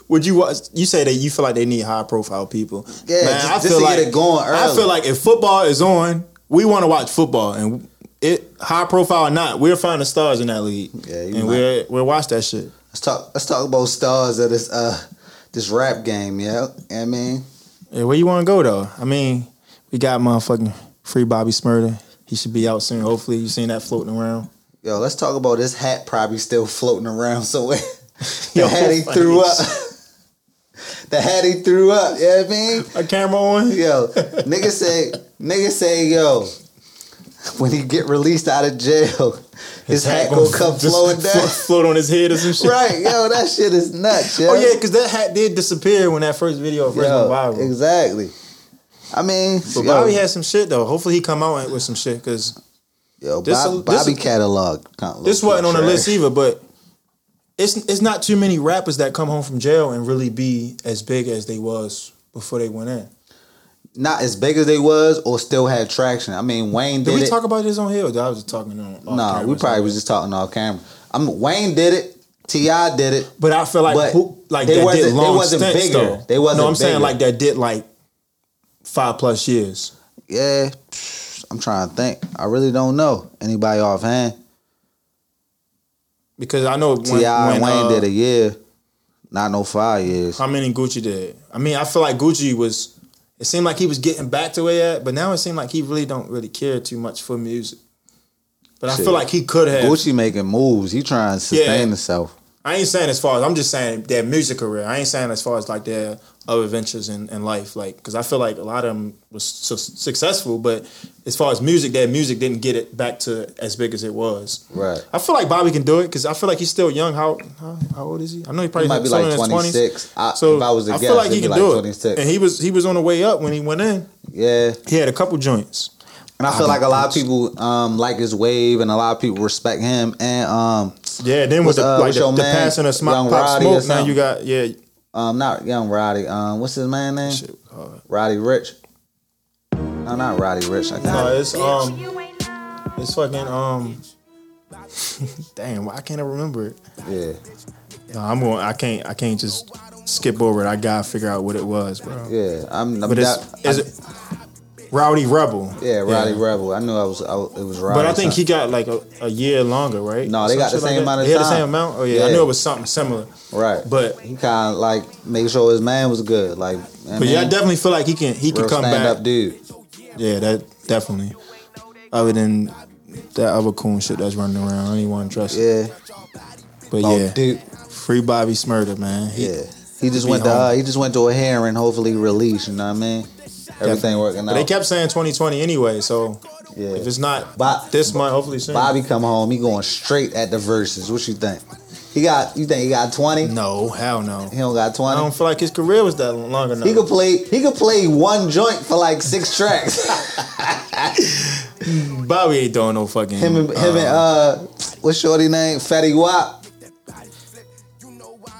B: would you watch? You say that you feel like they need high profile people.
A: Yeah, just- just to get it going
B: I
A: early.
B: feel like if football is on, we want to watch football, and it high profile or not, we're finding stars in that league.
A: Yeah, you
B: and
A: might.
B: we're we're watch that shit.
A: Let's talk. Let's talk about stars of this uh this rap game. Yeah, I mean,
B: Yeah, where you want to go though? I mean, we got motherfucking free Bobby Smurda. He should be out soon. Hopefully, you seen that floating around.
A: yo, let's talk about this hat probably still floating around somewhere. the
B: Yo,
A: hat he threw up. the hat he threw up. Yeah, I mean,
B: A camera on.
A: yo, nigga say, nigga say, yo, when he get released out of jail, his, hat, gonna come
B: just
A: flowing
B: flo-
A: down.
B: Float on his head or some shit.
A: right, yo, that shit is nuts. Yo.
B: Oh yeah, because that hat did disappear when that first video first
A: Yo,
B: went viral.
A: exactly. I mean,
B: But
A: yo,
B: Bobby has some shit though. Hopefully, he come out with some shit because
A: yo,
B: this-
A: Bob,
B: this-
A: Bobby catalog. can't
B: this
A: look
B: wasn't on the
A: trash.
B: list either, but it's it's not too many rappers that come home from jail and really be as big as they was before they went in.
A: Not as big as they was, or still had traction. I mean, Wayne
B: Did,
A: did,
B: we
A: it.
B: talk about this on here? Or I was just talking on.
A: no, we probably was just talking off camera. I'm Wayne did it. Ti did it.
B: But I feel like
A: but
B: who, like
A: they
B: that
A: wasn't-
B: did
A: they
B: long
A: wasn't
B: stints,
A: bigger.
B: though.
A: They wasn't
B: No, I'm saying
A: bigger.
B: like that did like five plus years.
A: Yeah, I'm trying to think. I really don't know anybody offhand.
B: Because I know when,
A: Ti and
B: when,
A: Wayne
B: uh,
A: did a year, not no five years.
B: how many Gucci did. I mean, I feel like Gucci was. It seemed like he was getting back to where he at, but now it seemed like he really don't really care too much for music. But I
A: Shit.
B: feel like he could have.
A: Gucci making moves. He trying to sustain
B: Yeah.
A: himself.
B: I ain't saying as far as I'm just saying their music career. I ain't saying as far as like their other ventures in, in life, like because I feel like a lot of them was su- successful, but as far as music, their music didn't get it back to as big as it was.
A: Right.
B: I feel like Bobby can do it because I feel like he's still young. How, how how old is he? I know he probably
A: He might be
B: somewhere
A: like
B: in his 20s.
A: 26. I,
B: So
A: if I was to
B: I
A: guess,
B: feel like he
A: it'd
B: can
A: be like
B: do it.
A: 26.
B: And he was he was on the way up when he went in.
A: yeah.
B: He had a couple joints.
A: And I
B: I
A: feel like a
B: don't
A: lot of
B: think
A: people um, like his wave, and a lot of people respect him. And um,
B: Yeah. Then
A: What's,
B: with the,
A: uh,
B: like
A: what's
B: the,
A: your
B: the
A: man,
B: passing of
A: Young
B: Smoke Pop
A: Roddy or
B: Smoke. Now you
A: something?
B: got yeah.
A: um, not young Roddy. Um, what's his man name?
B: Shit, uh,
A: Roddy Rich. No, not Roddy Rich. I can't.
B: No, it's um, it's fucking um. damn, why can't I remember it?
A: Yeah,
B: No, I'm going. I can't. I can't just skip over it. I gotta figure out what it was, bro.
A: yeah. I'm. I'm
B: But it's
A: that-
B: is it Rowdy Rebel?
A: yeah, Roddy Rebel. I knew I was. I, was- it was Roddy.
B: But I think he
A: something.
B: got like a, a year longer, right?
A: No, they
B: Some
A: got the
B: shit
A: same
B: that?
A: amount of
B: They had
A: time.
B: the same amount. Oh yeah, I
A: Yeah.
B: knew it was something similar.
A: right.
B: But
A: he kind of like make sure his man was good. Like,
B: but yeah, I definitely feel like he can. He can
A: real
B: come
A: stand
B: back.
A: up dude.
B: Yeah, that definitely. Other than that other coon shit that's running around, I don't even want to trust. it.
A: Yeah,
B: But
A: oh,
B: yeah,
A: dude.
B: free Bobby Smurda, man. He-
A: Yeah, he just
B: be
A: went to
B: home.
A: uh, he just went to a hearing. Hopefully, released. You know what I mean? Everything working
B: But they
A: out.
B: kept saying 2020 anyway, so
A: yeah.
B: if it's not
A: Bob-
B: this month, hopefully soon.
A: Bobby come home, he going straight at the verses. What you think? He got you think he got twenty?
B: No, hell no.
A: He don't got
B: I
A: twenty.
B: don't feel like his career was that long enough.
A: He could play he could play one joint for like six tracks.
B: Bobby ain't doing no fucking.
A: him and him and uh what's shorty name? Fatty Wap.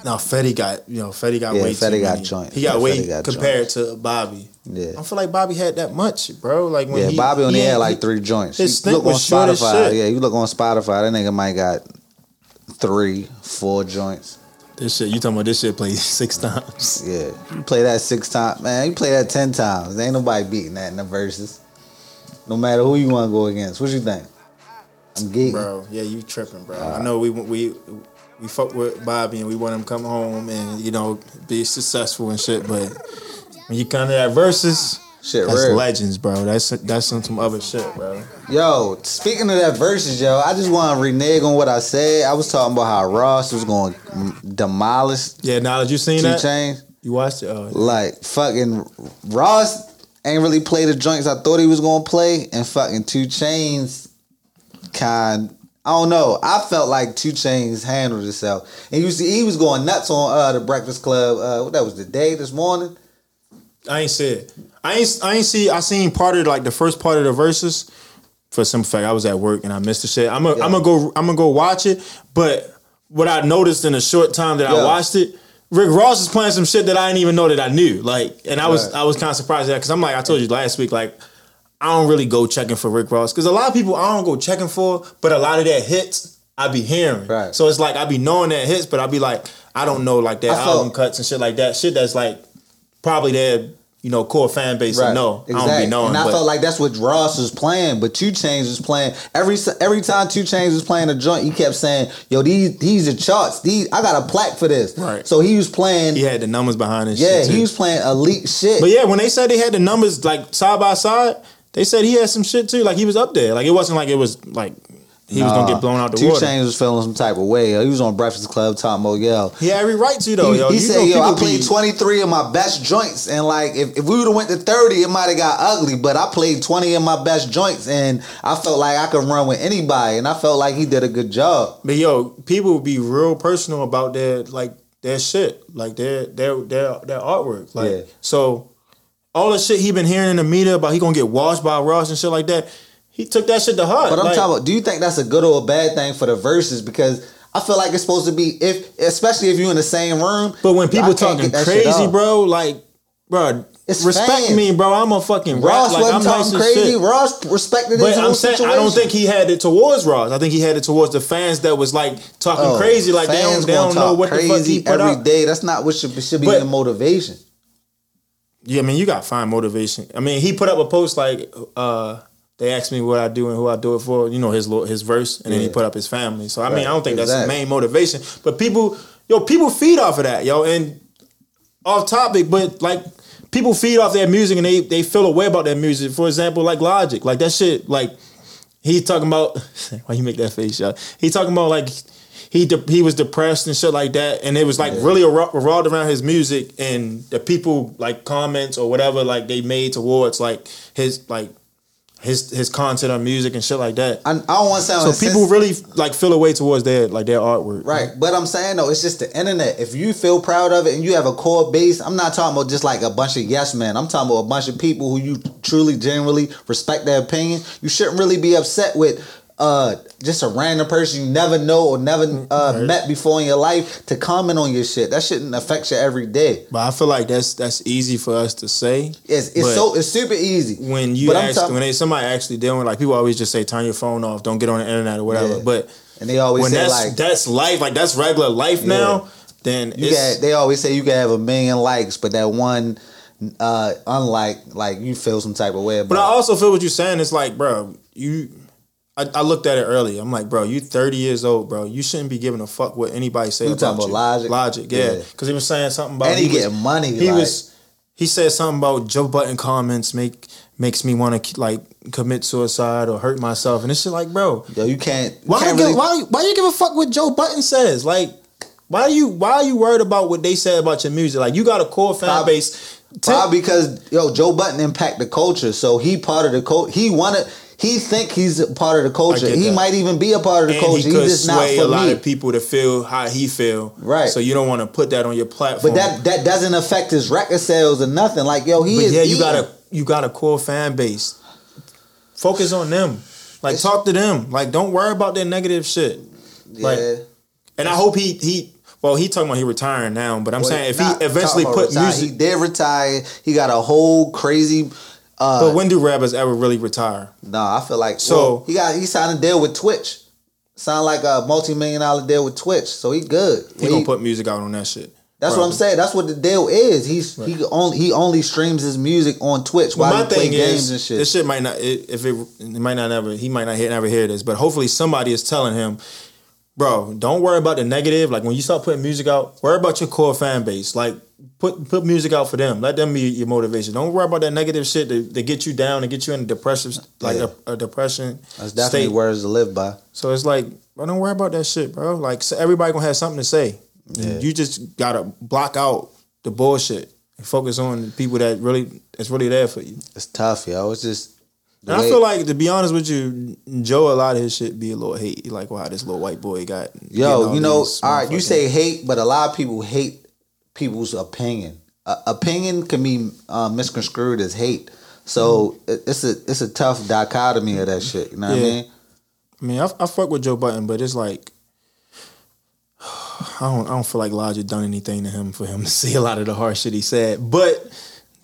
B: no, Fetty got you know Fetty got
A: Yeah,
B: way
A: Fetty
B: too
A: got
B: many.
A: joints.
B: He got
A: Yeah,
B: way
A: Fetty got
B: compared to Bobby.
A: Yeah.
B: I don't feel like Bobby had that much, bro. Like when
A: Yeah,
B: he,
A: Bobby only
B: he
A: had
B: ain't-
A: like three joints.
B: his
A: you
B: stint
A: look on
B: was short as
A: Spotify.
B: shit.
A: Yeah, you look on Spotify, that nigga might got three, four joints.
B: This shit, you talking about this shit played six times?
A: Yeah. You play that six times, man, you play that ten times. There ain't nobody beating that in the verses. No matter who you wanna go against. What you think? I'm geeking.
B: bro. Yeah, you tripping, bro. I know we we we fuck with Bobby and we want him to come home and you know be successful and shit. But when you come to that versus,
A: Shit
B: that's
A: real.
B: legends, bro. That's that's some, some other shit, bro.
A: Yo, speaking of that versus, yo, I just want to renege on what I said. I was talking about how Ross was going to demolish
B: Yeah, now that you seen
A: Two
B: that,
A: Chainz.
B: you watched it. Oh,
A: Like fucking Ross ain't really played the joints I thought he was going to play, and fucking Two Chains kind. I don't know. I felt like Two Chains handled itself, and you see, he was going nuts on uh, the Breakfast Club. Uh, what that was the day this morning.
B: I ain't see it. I ain't I ain't see. I seen part of like the first part of the verses. For some fact, I was at work and I missed the shit. I'm gonna I'm gonna go I'm gonna go watch it. But what I noticed in a short time that
A: Yeah.
B: I watched it, Rick Ross is playing some shit that I didn't even know that I knew. Like, and I was
A: Right.
B: I was kind of surprised at that because I'm like I told you last week like. I don't really go checking for Rick Ross because a lot of people I don't go checking for, but a lot of their hits I be hearing.
A: Right.
B: So it's like I be knowing that hits, but I be like I don't know like that
A: I felt-
B: album cuts and shit like that. Shit that's like probably their you know, core fan base to know. I don't be knowing.
A: and I
B: but-
A: felt like that's what Ross was playing, but Two Chains was playing every s- every time Two Chains was playing a joint. He kept saying, "Yo, these these are charts. These I got a plaque for this."
B: Right.
A: So he was playing.
B: he
A: Yeah,
B: had the numbers behind his shit.
A: he
B: too.
A: was playing elite shit.
B: But yeah, when they said they had the numbers like side by side, they said he had some shit too. Like he was up there. Like it wasn't like it was like he was gonna get blown out the
A: Two
B: water.
A: Chains was feeling some type of way. Yo. He was on Breakfast Club, Tom Miguel.
B: He had every right to though.
A: He,
B: yo.
A: he
B: You know
A: said, "Yo, I
B: people
A: played
B: be-
A: 23 of my best joints, and like if, if we would have went to 30, it might have got ugly. But I played 20 of my best joints, and I felt like I could run with anybody, and I felt like he did a good job.
B: But yo, people be real personal about their like their shit, like their their their their artwork. Like
A: Yeah.
B: so, all the shit he been hearing in the media about he gonna get washed by Ross and shit like that. He took that shit to heart.
A: But I'm
B: like,
A: talking about, do you think that's a good or a bad thing for the verses? Because I feel like it's supposed to be if, especially if you're in the same room.
B: But when
A: I
B: people
A: can't
B: talking
A: get that shit
B: crazy,
A: off.
B: bro, like, bro,
A: It's
B: respect
A: fans.
B: me, bro. I'm a fucking
A: Ross
B: rap. Like, I'm
A: wasn't
B: nice
A: talking
B: as
A: crazy.
B: shit.
A: Ross respected his
B: But
A: whole
B: I'm saying
A: situation.
B: I don't think he had it towards Ross. I think he had it towards the fans that was like talking
A: Oh,
B: crazy, like they don't,
A: fans
B: they
A: gonna
B: don't know
A: talk
B: what the fuck he
A: crazy
B: put
A: every
B: out.
A: day. That's not what should, should be
B: But-
A: the motivation.
B: Yeah, I mean, you got to find motivation. I mean, he put up a post like, uh, they asked me what I do and who I do it for. You know his lo- his verse, and then he
A: Yeah.
B: put up his family. So I mean,
A: Right,
B: I don't think that's the
A: exactly.
B: main motivation. But people, yo, people feed off of that, yo. And off topic, but like people feed off their music and they they feel a way about their music. For example, like Logic, like that shit, like he talking about why you make that face, y'all. He talking about like he de- he was depressed and shit like that, and it was like really ar- revolved around his music and the people like comments or whatever like they made towards like his like his his content on music and shit like that.
A: I, I don't want to sound
B: So people
A: insensitive.
B: really like feel a way towards their like their artwork,
A: Right, but I'm saying though, it's just the internet. If you feel proud of it and you have a core base, I'm not talking about just like a bunch of yes men. I'm talking about a bunch of people who you truly, genuinely respect their opinion. You shouldn't really be upset with uh just a random person you never know or never uh, met before in your life to comment on your shit. That shouldn't affect you every day.
B: But I feel like that's that's easy for us to say.
A: It's it's
B: But-
A: so it's super easy
B: when you
A: But I'm
B: ask,
A: talking-
B: when they, somebody actually dealing with like people always just say turn your phone off, don't get on the internet or whatever.
A: Yeah.
B: But
A: and they always
B: when
A: say
B: that's
A: like
B: that's life, like that's regular life now, then
A: You
B: it's,
A: got, they always say you can have a million likes, but that one uh unlike like you feel some type of way about.
B: But I also feel what you're saying. It's like, bro, you. I, I looked at it earlier. I'm like, bro, you 30 years old, bro. You shouldn't be giving a fuck what anybody say
A: You
B: about
A: talking
B: you.
A: about Logic?
B: Logic, yeah.
A: Yeah.
B: Because he was saying something about
A: and he,
B: was-
A: getting money.
B: He
A: like,
B: was. He said something about Joe Button comments make makes me want to like commit suicide or hurt myself, and it's just like, bro,
A: yo, you can't. you
B: Why
A: can't
B: you give,
A: really-
B: why why you give a fuck what Joe Button says? Like, why you why are you worried about what they say about your music? Like, you got a core fan
A: Probably-
B: base. Ten-
A: Probably because yo, Joe Button impact the culture, so he part of the culture. He wanted. He think he's a part of the culture.
B: get
A: He
B: that.
A: might even be a part of the
B: and
A: culture.
B: he could
A: He's just not
B: sway
A: for
B: a lot
A: me.
B: of people to feel how he feel.
A: Right.
B: So you don't want to put that on your
A: but
B: platform.
A: that that doesn't affect his record sales or nothing. Like yo, he
B: But
A: is.
B: yeah, you
A: eating.
B: got a you got a core fan base. Focus on them. Like talk to them. Like don't worry about their negative shit.
A: Yeah.
B: like, And I hope he he well he talking about he retiring now, but I'm
A: Well,
B: saying if
A: not
B: he eventually
A: talking
B: put
A: about retire.
B: music,
A: he did retire. He got a whole crazy. Uh,
B: but when do rappers ever really retire?
A: Nah, I feel like
B: So-
A: so he got he signed a deal with Twitch. Sound like a multi million dollar deal with Twitch, so he good.
B: He,
A: He-
B: gonna put music out on that shit.
A: that's what I'm
B: probably.
A: saying. That's what the deal is. He's he only he only streams his music on Twitch
B: But
A: while he play games and shit.
B: this shit might not. It, if it, it might not ever, he might not hear, never hear this. But hopefully, somebody is telling him, bro, don't worry about the negative. Like when you start putting music out, worry about your core fan base. Like put put music out for them. Let them be your motivation. Don't worry about that negative shit that, that get you down and get you in a depressive like
A: Yeah.
B: a, a depression
A: That's definitely
B: state.
A: words to live by.
B: So it's like, bro, don't worry about that shit, bro. Like so everybody gonna have something to say.
A: Yeah.
B: You just gotta block out the bullshit and focus on the people that really that's really there for you.
A: It's tough, yo. It's just the
B: And I
A: way-
B: feel like, to be honest with you, Joe, a lot of his shit be a little hate. Like, wow, this little white boy got. getting
A: Yo,
B: all
A: you know,
B: these
A: all right, you
B: motherfucking-
A: say hate, but a lot of people hate people's opinion. Uh, opinion can be uh, misconstrued as hate. So it it's a it's a tough dichotomy of that shit. You know what
B: Mm-hmm. Yeah.
A: I mean?
B: I mean, I, I fuck with Joe Button, but it's like, I don't, I don't feel like Logic done anything to him for him to say a lot of the hard shit he said. But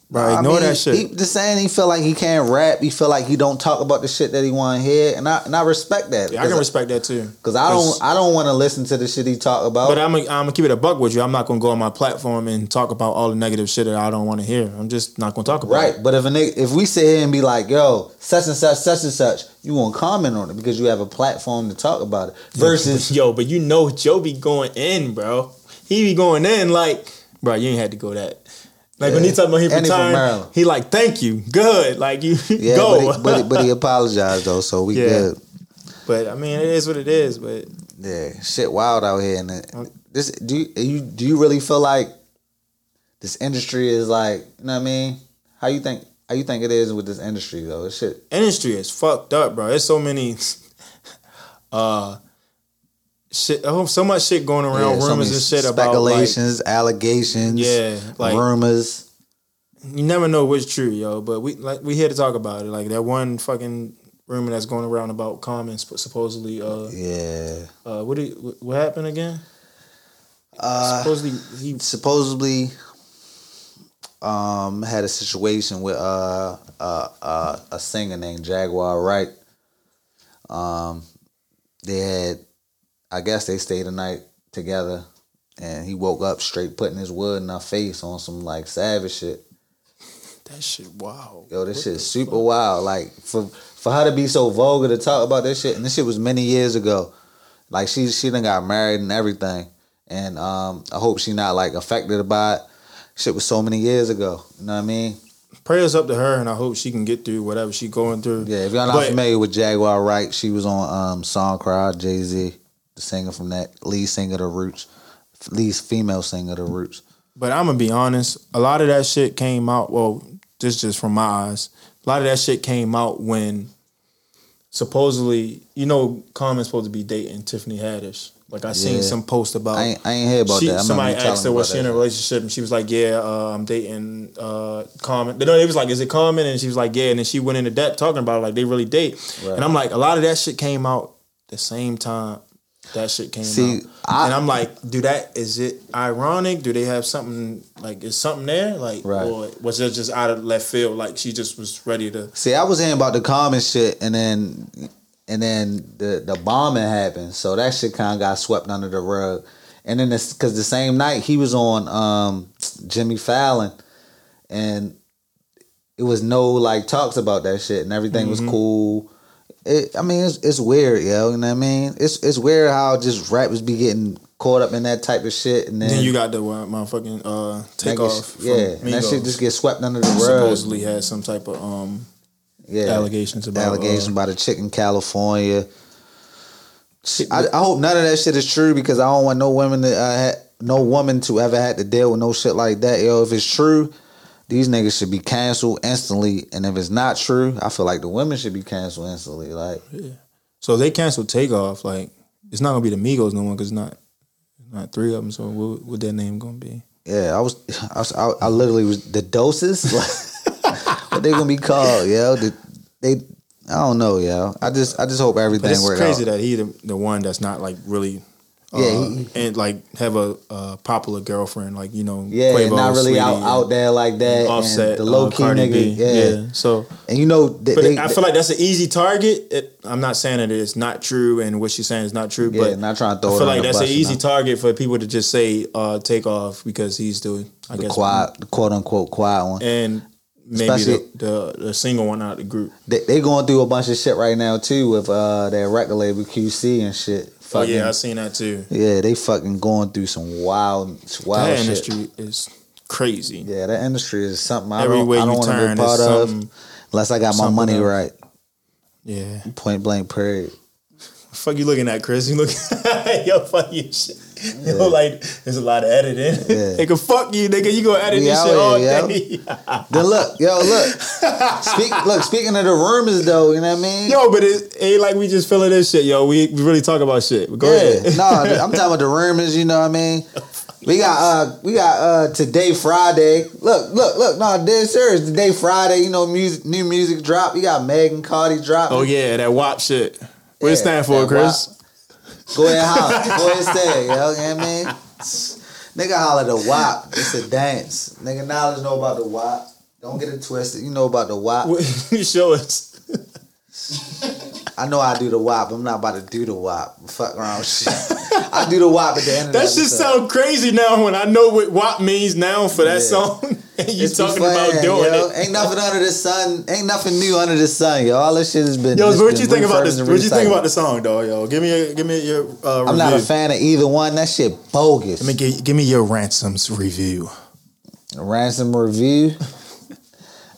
B: Bro, ignore
A: mean,
B: that shit.
A: He, just saying he feel like he can't rap. He feel like he don't talk about the shit that he want to hear, and I and I respect that.
B: yeah, I can respect that too.
A: because I don't I don't want to listen to the shit he talk about.
B: But I'm gonna I'm gonna keep it a buck with you. I'm not gonna go on my platform and talk about all the negative shit that I don't want to hear. I'm just not gonna talk about
A: Right,
B: it.
A: but if a nigga, if we sit here and be like, "Yo, such and such, such and such," you won't comment on it because you have a platform to talk about it. Versus,
B: yo, but you know Joe be going in, bro. He be going in like, bro, you ain't had to go that. Like when
A: Yeah.
B: he talking about he
A: And he from
B: retiring,
A: Maryland.
B: he, like, thank you, good, like you
A: yeah,
B: go.
A: but, he, but, he, but he apologized though, so we
B: Yeah.
A: good.
B: But, I mean, it is what it is. But
A: Yeah, shit, wild out here. And it- this, do you, you do you really feel like this industry is like, you know what I mean? How you think? How you think it is with this industry though? This shit,
B: industry is fucked up, bro. There's so many, uh, shit. Oh, so much shit going
A: yeah,
B: around,
A: so
B: rumors
A: many
B: and shit about like,
A: speculations, allegations,
B: Yeah, like-
A: rumors.
B: you never know what's true, yo. But we like we here to talk about it. Like that one fucking rumor that's going around about Common sp- supposedly. Uh,
A: Yeah,
B: uh what did, what- what happened again?
A: uh,
B: supposedly he
A: supposedly um had a situation with uh uh, uh a singer named Jaguar Wright. Um they had I guess they stayed the night together and he woke up straight putting his wood in her face on some like savage shit.
B: that shit. Wow.
A: Yo, this shit is super wild. Like for for her to be so vulgar to talk about this shit, and this shit was many years ago. Like she she done got married and everything, and um I hope she not like affected by it. Shit was so many years ago. You know what I mean?
B: Prayers up to her, and I hope she can get through whatever she going through.
A: Yeah. If y'all not
B: But-
A: familiar with Jaguar Wright, she was on um Songcrowd, Jay Z, the singer from that lead singer of the Roots, lead female singer of the Roots.
B: But I'm gonna be honest, a lot of that shit came out. Well, this just from my eyes. A lot of that shit came out when supposedly, you know, Common's supposed to be dating Tiffany Haddish. Like I seen
A: Yeah.
B: some post about.
A: I ain't, I ain't hear about
B: she,
A: that. I remember
B: somebody
A: you telling
B: asked
A: me
B: her
A: about
B: was she in
A: that.
B: a relationship, and she was like, "Yeah, uh, I'm dating uh, Common." No, it was like, "Is it Common?" And she was like, "Yeah." And then she went into depth talking about it, like they really date.
A: Right.
B: And I'm like, a lot of that shit came out the same time that shit came out.
A: See, I-
B: and I'm like, do that is it ironic? Do they have something like is something there? Like,
A: Right.
B: or was it just out of left field? Like she just was ready to.
A: See, I was hearing about the common shit, and then and then the the bombing happened, so that shit kind of got swept under the rug. And then this because the same night he was on um, Jimmy Fallon, and it was no like talks about that shit, and everything
B: Mm-hmm.
A: was cool. It, I mean, it's, it's weird, yo. You know what I mean? It's it's weird how just rappers be getting caught up in that type of shit, and then,
B: Then you got the uh, motherfucking uh,
A: that
B: take
A: get-
B: off. From
A: yeah, and that shit
B: Migos.
A: just gets swept under the rug.
B: supposedly had some type of um
A: Yeah.
B: allegations about
A: allegation
B: uh,
A: by the chick in California. I, I hope none of that shit is true because I don't want no women to uh, ha- no woman to ever had to deal with no shit like that. Yo, if it's true, these niggas should be canceled instantly. And if it's not true, I feel like the women should be canceled instantly. Like,
B: So if they cancel takeoff, like it's not gonna be the Migos no more because not not three of them. So what what that name gonna be?
A: yeah, I was, I, was, I, I literally was the doses. Like, what they gonna be called, yo? The, they, I don't know, yo. I just, I just hope
B: But
A: everything
B: it's
A: works
B: crazy
A: out.
B: that he the, the one that's not like really. Uh,
A: Yeah, he-
B: and like have a, uh popular girlfriend, like you know,
A: yeah,
B: Quavo,
A: not really
B: Sweetie,
A: out, out there like that. and
B: Offset,
A: the low
B: uh,
A: key
B: Cardi
A: nigga,
B: B.
A: yeah.
B: So,
A: And you know, they,
B: but
A: they,
B: I feel like that's an easy target. It, I'm not saying that it's not true, and what she's saying is not true.
A: Yeah,
B: but
A: not trying to throw
B: I
A: it
B: feel
A: on
B: like
A: the
B: that's
A: bus,
B: an
A: you
B: easy
A: know.
B: target for people to just say uh, take off because he's the I
A: the
B: guess
A: quiet, the quote unquote quiet one.
B: and maybe
A: Especially-
B: the, the the single one out of the group.
A: They, they going through a bunch of shit right now too with uh their record label QC and shit.
B: Oh
A: Fucking,
B: yeah, I seen that too.
A: yeah, they fucking going through some wild, wild
B: that
A: shit.
B: industry is crazy.
A: Yeah, that industry is something I
B: Everywhere
A: don't, I
B: you
A: don't want to
B: turn,
A: be part
B: it's
A: of
B: something-
A: unless I got my
B: something
A: money
B: else.
A: right.
B: Yeah.
A: Point blank, period.
B: Fuck you looking at Chris? You look yo fuck you shit. Yo, like there's a lot of editing.
A: Yeah.
B: nigga, fuck you, nigga. You gonna edit
A: We
B: this
A: out
B: shit all
A: here, yo.
B: day.
A: Then look, yo, look. Speak, look. Speaking of the rumors, though, you know what I mean?
B: yo, but it ain't like we just feeling this shit, yo. We, we really talk about shit. Go
A: Yeah,
B: ahead.
A: no, I'm talking about the rumors. You know what I mean? We got uh, we got uh, today Friday. Look, look, look. No, dead serious. Today Friday. You know, music, new music drop. You got Megan Cardi drop.
B: Oh yeah, that WAP shit. What
A: Yeah,
B: it stand for,
A: that
B: Chris?
A: Go ahead, holler. Go ahead, stay. You know what I mean? Nigga holler the WAP. It's a dance. Nigga knowledge know about the WAP. Don't get it twisted. You know about the WAP.
B: Show us.
A: I know I do the WAP. I'm not about to do the WAP. Fuck around with shit. I do the WAP at the end of the
B: That shit
A: episode.
B: sound crazy now when I know what WAP means now for that
A: Yeah.
B: song. and you
A: It's been
B: talking about
A: planned,
B: doing
A: yo.
B: it.
A: Ain't nothing under the sun. Ain't nothing new under the sun, yo. All this shit has been.
B: Yo,
A: it's
B: so what
A: been
B: you think about this?
A: refurbished and
B: What you think
A: recycled.
B: about the song, though, yo? Give me, a, give me your uh, review.
A: I'm not a fan of either one. That shit bogus.
B: Let me give, give me your ransoms review.
A: ransom review.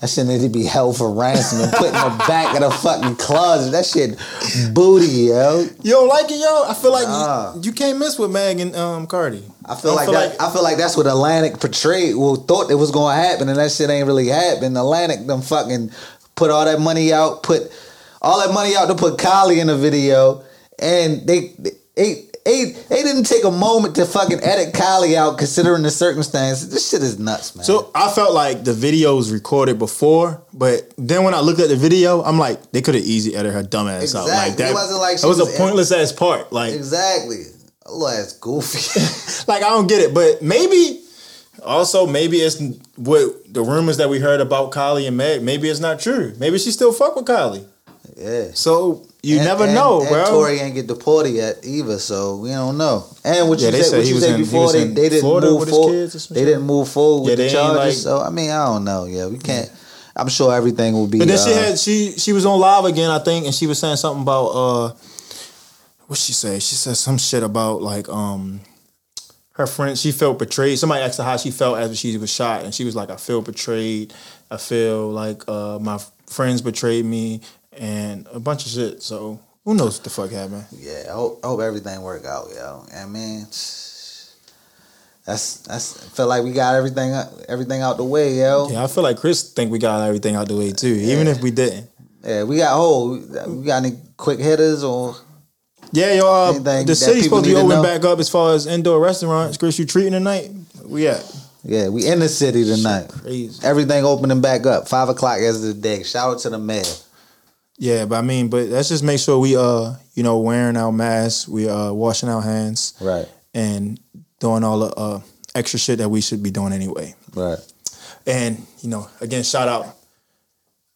A: That shit need to be held for ransom and put in the back of the fucking closet. That shit booty, yo.
B: You don't like it, yo? I feel like
A: Nah.
B: you, you can't mess with Mag and um, Cardi.
A: I feel
B: I
A: like
B: feel
A: that.
B: like-
A: I feel like that's what Atlantic portrayed. Well, thought it was gonna happen, and that shit ain't really happened. Atlantic them fucking put all that money out, put all that money out to put Kylie in the video, and they they they, they didn't take a moment to fucking edit Kylie out, considering the circumstances. This shit is nuts, man.
B: So I felt like the video was recorded before, but then when I looked at the video, I'm like, they could have easy edited her dumb ass out. Like
A: Exactly.
B: that
A: It wasn't like she
B: that was,
A: was-
B: a pointless ass part. Like,
A: exactly, a little ass goofy.
B: like I don't get it. But maybe also maybe it's what the rumors that we heard about Kylie and Meg. Maybe it's not true. Maybe she still fuck with Kylie.
A: yeah.
B: So you
A: And-
B: never
A: and-
B: know,
A: and
B: bro.
A: Tory ain't get deported yet either, so we don't know. And what
B: Yeah,
A: you
B: they
A: said,
B: said
A: what
B: he
A: you
B: was
A: said
B: in- he
A: before,
B: was
A: they,
B: in
A: they didn't
B: Florida
A: move
B: with his
A: forward.
B: kids or some
A: They
B: shit?
A: didn't move forward
B: Yeah,
A: with the
B: they ain't,
A: charges.
B: like-
A: so I mean, I don't know. Yeah, we can't. I'm sure everything will be.
B: But then she
A: uh,
B: had she she was on live again, I think, and she was saying something about uh what she say? She said some shit about like um her friend she felt betrayed. Somebody asked her how she felt after she was shot and she was like, I feel betrayed. I feel like uh my friends betrayed me and a bunch of shit. So who knows what the fuck happened?
A: yeah, I hope, I hope everything work out, yo. I mean, that's that's. I feel like we got everything everything out the way, yo. Yeah,
B: Yeah, I feel like Chris think we got everything out the way too, even if we didn't.
A: we got oh, we got any quick hitters or
B: Yeah, yo, uh,
A: Anything
B: the
A: that
B: city's supposed
A: people
B: to
A: need
B: be
A: to
B: opening
A: know?
B: back up as far as indoor restaurants. Chris, you treating tonight? We at?
A: yeah, we in the city tonight.
B: Crazy.
A: Everything opening back up. Five o'clock as the day. Shout out to the mayor.
B: Yeah, but I mean, but let's just make sure we uh, you know, wearing our masks, we uh washing our hands,
A: Right.
B: and doing all the uh extra shit that we should be doing anyway.
A: Right.
B: And, you know, again, shout out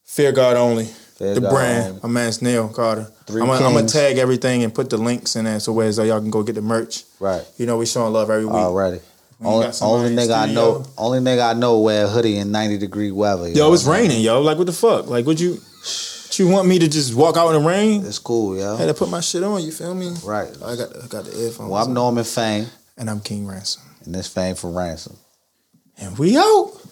B: Fear God Only,
A: Fear
B: the
A: God
B: brand.
A: Only.
B: My man's Neil Carter.
A: Three
B: I'm gonna
A: Kings.
B: tag everything and put the links in there so where so y'all can go get the merch.
A: Right.
B: You know, we showing love every week.
A: Alrighty.
B: When you
A: Only,
B: got somebody
A: only
B: in the
A: nigga I
B: studio.
A: know. Only nigga I know wear a hoodie in ninety degree weather.
B: Yo, it's raining, yo. Like what the fuck? Like would you would you want me to just walk out in the rain?
A: It's cool,
B: I had to
A: yo.
B: put my shit on, you feel me?
A: Right.
B: I got I got the earphones.
A: Well, I'm Norman Fame,
B: and I'm King Ransom.
A: and this Fame for ransom.
B: And we out.